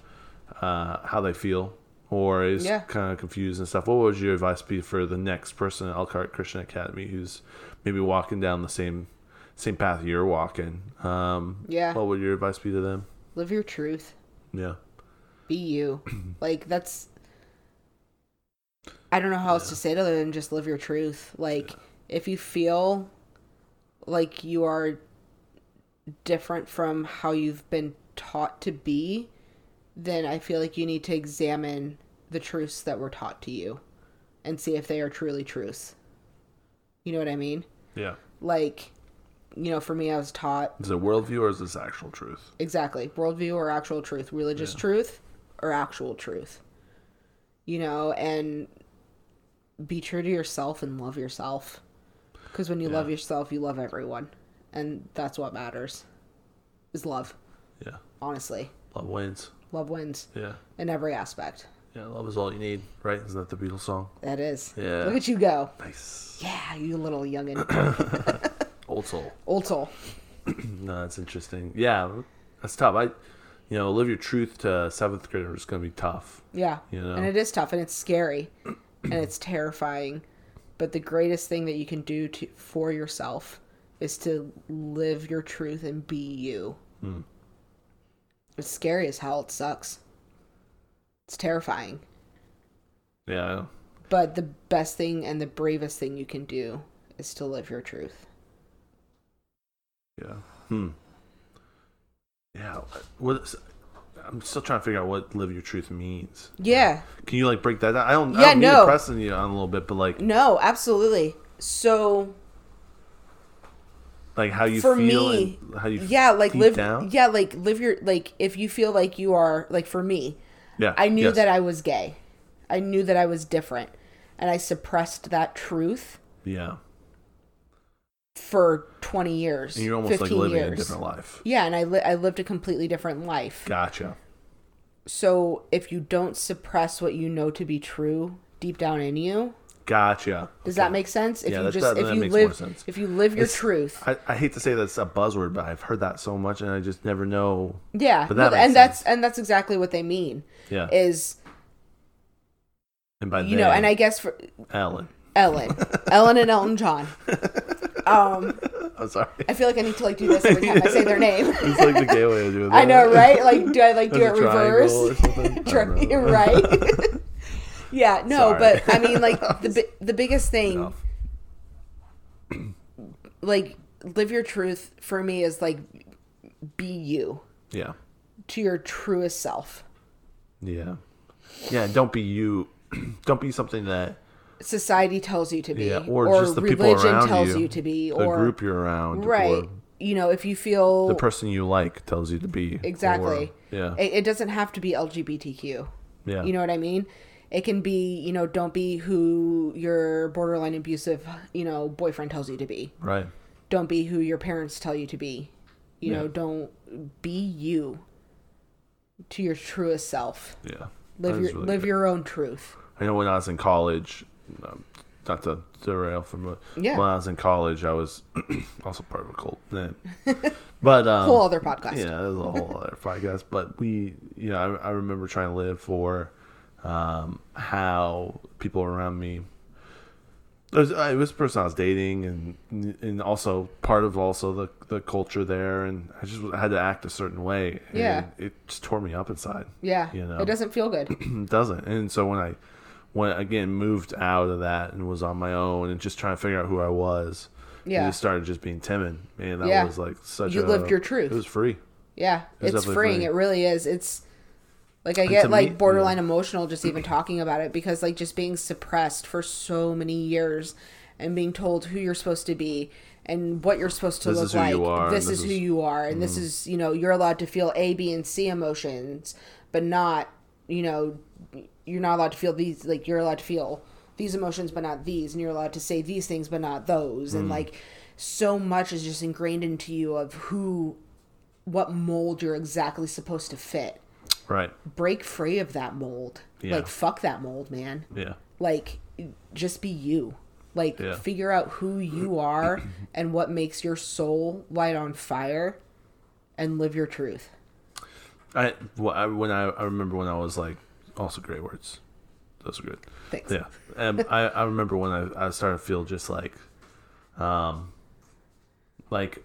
uh, how they feel or is
Yeah.
kind of confused and stuff. What would your advice be for the next person at Elkhart Christian Academy who's maybe walking down the same same path you're walking? Um,
Yeah.
What would your advice be to them?
Live your truth.
Yeah.
Be you. like that's I don't know how else to say it other than just live your truth. Like if you feel like you are different from how you've been taught to be, then I feel like you need to examine the truths that were taught to you and see if they are truly truths. You know what I mean?
Yeah.
Like, you know, for me I was taught
Is it worldview or is this actual truth?
Exactly. Worldview or actual truth. Religious truth or actual truth. You know, and be true to yourself and love yourself. Because when you love yourself, you love everyone. And that's what matters is love,
Yeah.
honestly.
Love wins.
Love wins
Yeah.
in every aspect.
Yeah. Love is all you need, right? Isn't that the Beatles song?
That is.
Yeah.
Look at you go.
Nice.
Yeah, you little youngin'.
Old soul.
Old soul.
No, that's interesting. Yeah, that's tough. I, you know, live your truth to seventh grader is going to be tough.
Yeah.
You know?
And it is tough and it's scary and it's terrifying. But the greatest thing that you can do to, for yourself is to live your truth and be you.
Hmm.
It's scary as hell. It sucks. It's terrifying.
Yeah,
But the best thing and the bravest thing you can do is to live your truth.
yeah. Hmm. Yeah. What? Is, I'm still trying to figure out what live your truth means.
Yeah.
Can you like break that down? I don't. I
Yeah,
don't mean
no.
to press on you on a little bit, but like,
No, absolutely. So
like how you
For
feel
me,
and how you
yeah, like
deep
live
down.
yeah, like live your like if you feel like you are like for me,
Yeah,
I knew
yes.
that I was gay. I knew that I was different. And I suppressed that truth
yeah.
for 20 years.
And you're almost like
15
living
years.
a different life.
Yeah, and I, li- I lived a completely different life.
Gotcha.
So if you don't suppress what you know to be true deep down in you,
Gotcha.
does that make sense? If
Yeah,
you
that-
just
that-
if
that
you
makes more
live
sense.
if you live your
It's-
truth,
I, I hate to say that's a buzzword, but I've heard that so much, and I just never know.
yeah.
But that
no,
makes
and that's
sense.
and that's exactly what they mean.
Yeah,
Is
and by
you know, and I guess for
Alan.
Ellen, Ellen and Elton John. Um,
I'm sorry.
I feel like I need to like do this every time I say their name.
it's like the gay way of doing that.
I know, right? Like, do I like do it
There's a
reverse?
triangle or something. I
Tri-
don't know.
right? yeah, no,
Sorry.
but I mean, like the bi- the biggest thing,
Enough.
like live your truth for me is like be you
Yeah,
to your truest self.
yeah, yeah. and Don't be you. don't be something that
Society tells you to be,
yeah, or, just the people around
tells
you,
you, to be,
the
or
group you're around,
right.
or
You know, if you feel
the person you like tells you to be or-
exactly,
yeah,
it, it doesn't have to be LGBTQ.
yeah,
You know what I mean? It can be, you know, don't be who your borderline abusive, you know, boyfriend tells you to be.
right,
Don't be who your parents tell you to be. You know,
Yeah.
don't be you to your truest self.
yeah.
Live
That is
your
really
live
good.
your own truth.
I know when I was in college, um, not to derail from it.
Yeah.
When I was in college, I was also part of a cult. Then, but um,
Whole other podcast.
yeah, there's a whole other podcast. But we, you know, I, I remember trying to live for um, how people around me. It was, uh, it was a person I was dating, and and also part of also the the culture there, and I just had to act a certain way. and
Yeah.
it just tore me up inside.
Yeah.
You know.
It doesn't feel good.
It doesn't. And so when I when I, again moved out of that and was on my own and just trying to figure out who I was,
Yeah.
I just started just being timid, and that
Yeah.
was like such. a,
You lived your truth.
It was free.
Yeah.
It's
It's
definitely
freeing.
freeing.
It really is. It's like I
And to
get
me-
like borderline emotional just even talking about it because like just being suppressed for so many years and being told who you're supposed to be and what you're supposed to
This
look
is who
like.
you are, and
this,
this
is, who
is- Mm-hmm.
you are and this is, you know, you're allowed to feel A, B and C emotions, but not, you know, you're not allowed to feel these like you're allowed to feel these emotions but not these and you're allowed to say these things but not those
Mm.
and like so much is just ingrained into you of who what mold you're exactly supposed to fit
Right.
break free of that mold.
Yeah.
Like fuck that mold, man.
Yeah.
Like just be you. Like
Yeah.
figure out who you are and what makes your soul light on fire and live your truth.
I, well, I when I, I remember when I was like also great words. Those are good.
Thanks.
Yeah. Um, I I remember when I I started to feel just like, um, like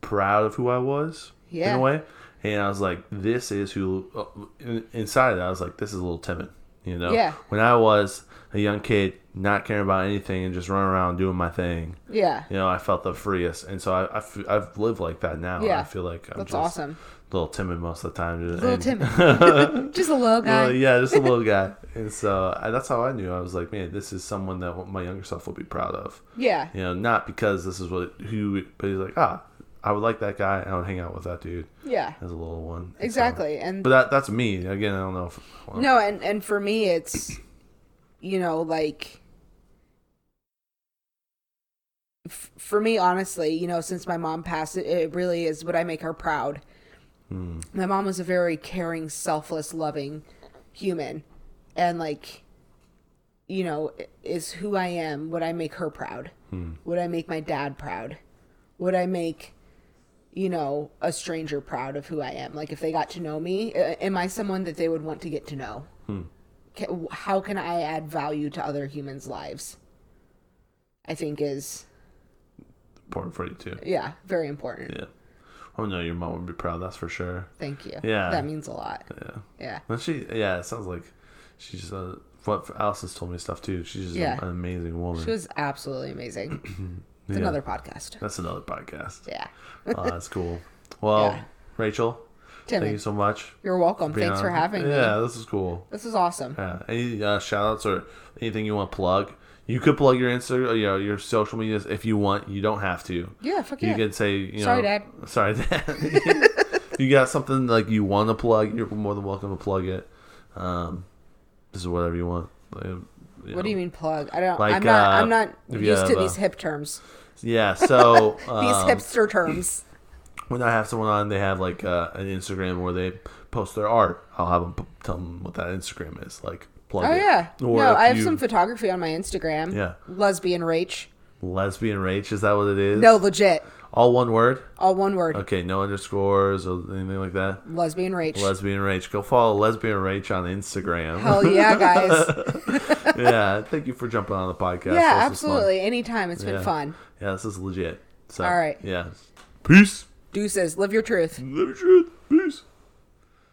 proud of who I was in
Yeah.
a way, and I was like, this is who. Uh, in, inside of that, I was like, this is a little timid. You know.
Yeah.
When I was a young kid, not caring about anything and just running around doing my thing.
Yeah.
You know, I felt the freest, and so I, I f- I've lived like that now.
Yeah.
I feel like I'm
That's
just
awesome.
a little timid most of the time. A
Little Tim. just a little guy.
well, yeah, just a little guy. And so I, that's how I knew. I was like, man, this is someone that my younger self will be proud of.
yeah.
You know, not because this is what who, but he's like, ah, I would like that guy. and I would hang out with that dude
Yeah.
as a little one. And so-
Exactly. And
but that that's me. Again, I don't know if well,
No, and and for me, it's you know like f- for me, honestly, you know, since my mom passed, it, it really is would I make her proud. My mom was a very caring, selfless, loving human, and like you know i- is who I am. Would I make her proud? Would I make my dad proud? Would I make you know, a stranger proud of who I am. Like if they got to know me, uh, am I someone that they would want to get to know?
Hmm.
Ca- How can I add value to other humans' lives? I think is
important for you too.
yeah, very important.
Yeah. Oh no, your mom would be proud. That's for sure.
Thank you.
Yeah.
that means a lot.
Yeah.
Yeah,
And she, yeah, it sounds like she's a. What Allison's told me stuff too. She's just
Yeah.
an amazing woman.
she was absolutely amazing.
Yeah.
It's another podcast.
That's another podcast.
Yeah,
Oh, that's cool. Well,
Yeah.
Rachel, thank you
Timmy,
so much.
you're welcome.
being
Thanks
on.
for having me.
Yeah, this is cool.
This is awesome.
Yeah. Any uh, shout outs or anything you want to plug? You could plug your Instagram, or, you know, your social medias if you want. You don't have to.
Yeah, fuck
You
yeah.
could say, you know,
Sorry, Dad.
Sorry, Dad. you got something like you want to plug? You're more than welcome to plug it. Um, this is whatever you want. Like, you know.
What do you mean plug? I don't.
Like,
I'm not.
uh,
I'm not
if
used
you
to
have,
these
uh,
hip terms.
Yeah. So
These
um,
hipster terms.
when I have someone on, they have like uh, an Instagram where they post their art. I'll have them p- tell them what that Instagram is. Like plug
Oh
it.
yeah.
Or
no,
if
I have
you-
some photography on my Instagram.
Yeah.
Lesbian rage.
lesbian rage. Is that what it is?
No, legit.
all one word.
All one word.
Okay, no underscores or anything like that.
Lesbian rage.
Lesbian rage. Go follow lesbian rage on Instagram.
Hell yeah, guys.
yeah, thank you for jumping on the podcast.
yeah,
This was fun.
absolutely. Anytime. It's been
Yeah.
fun.
Yeah, this is legit. So,
All right.
Yeah. Peace.
Deuces. Live your truth.
Live your truth.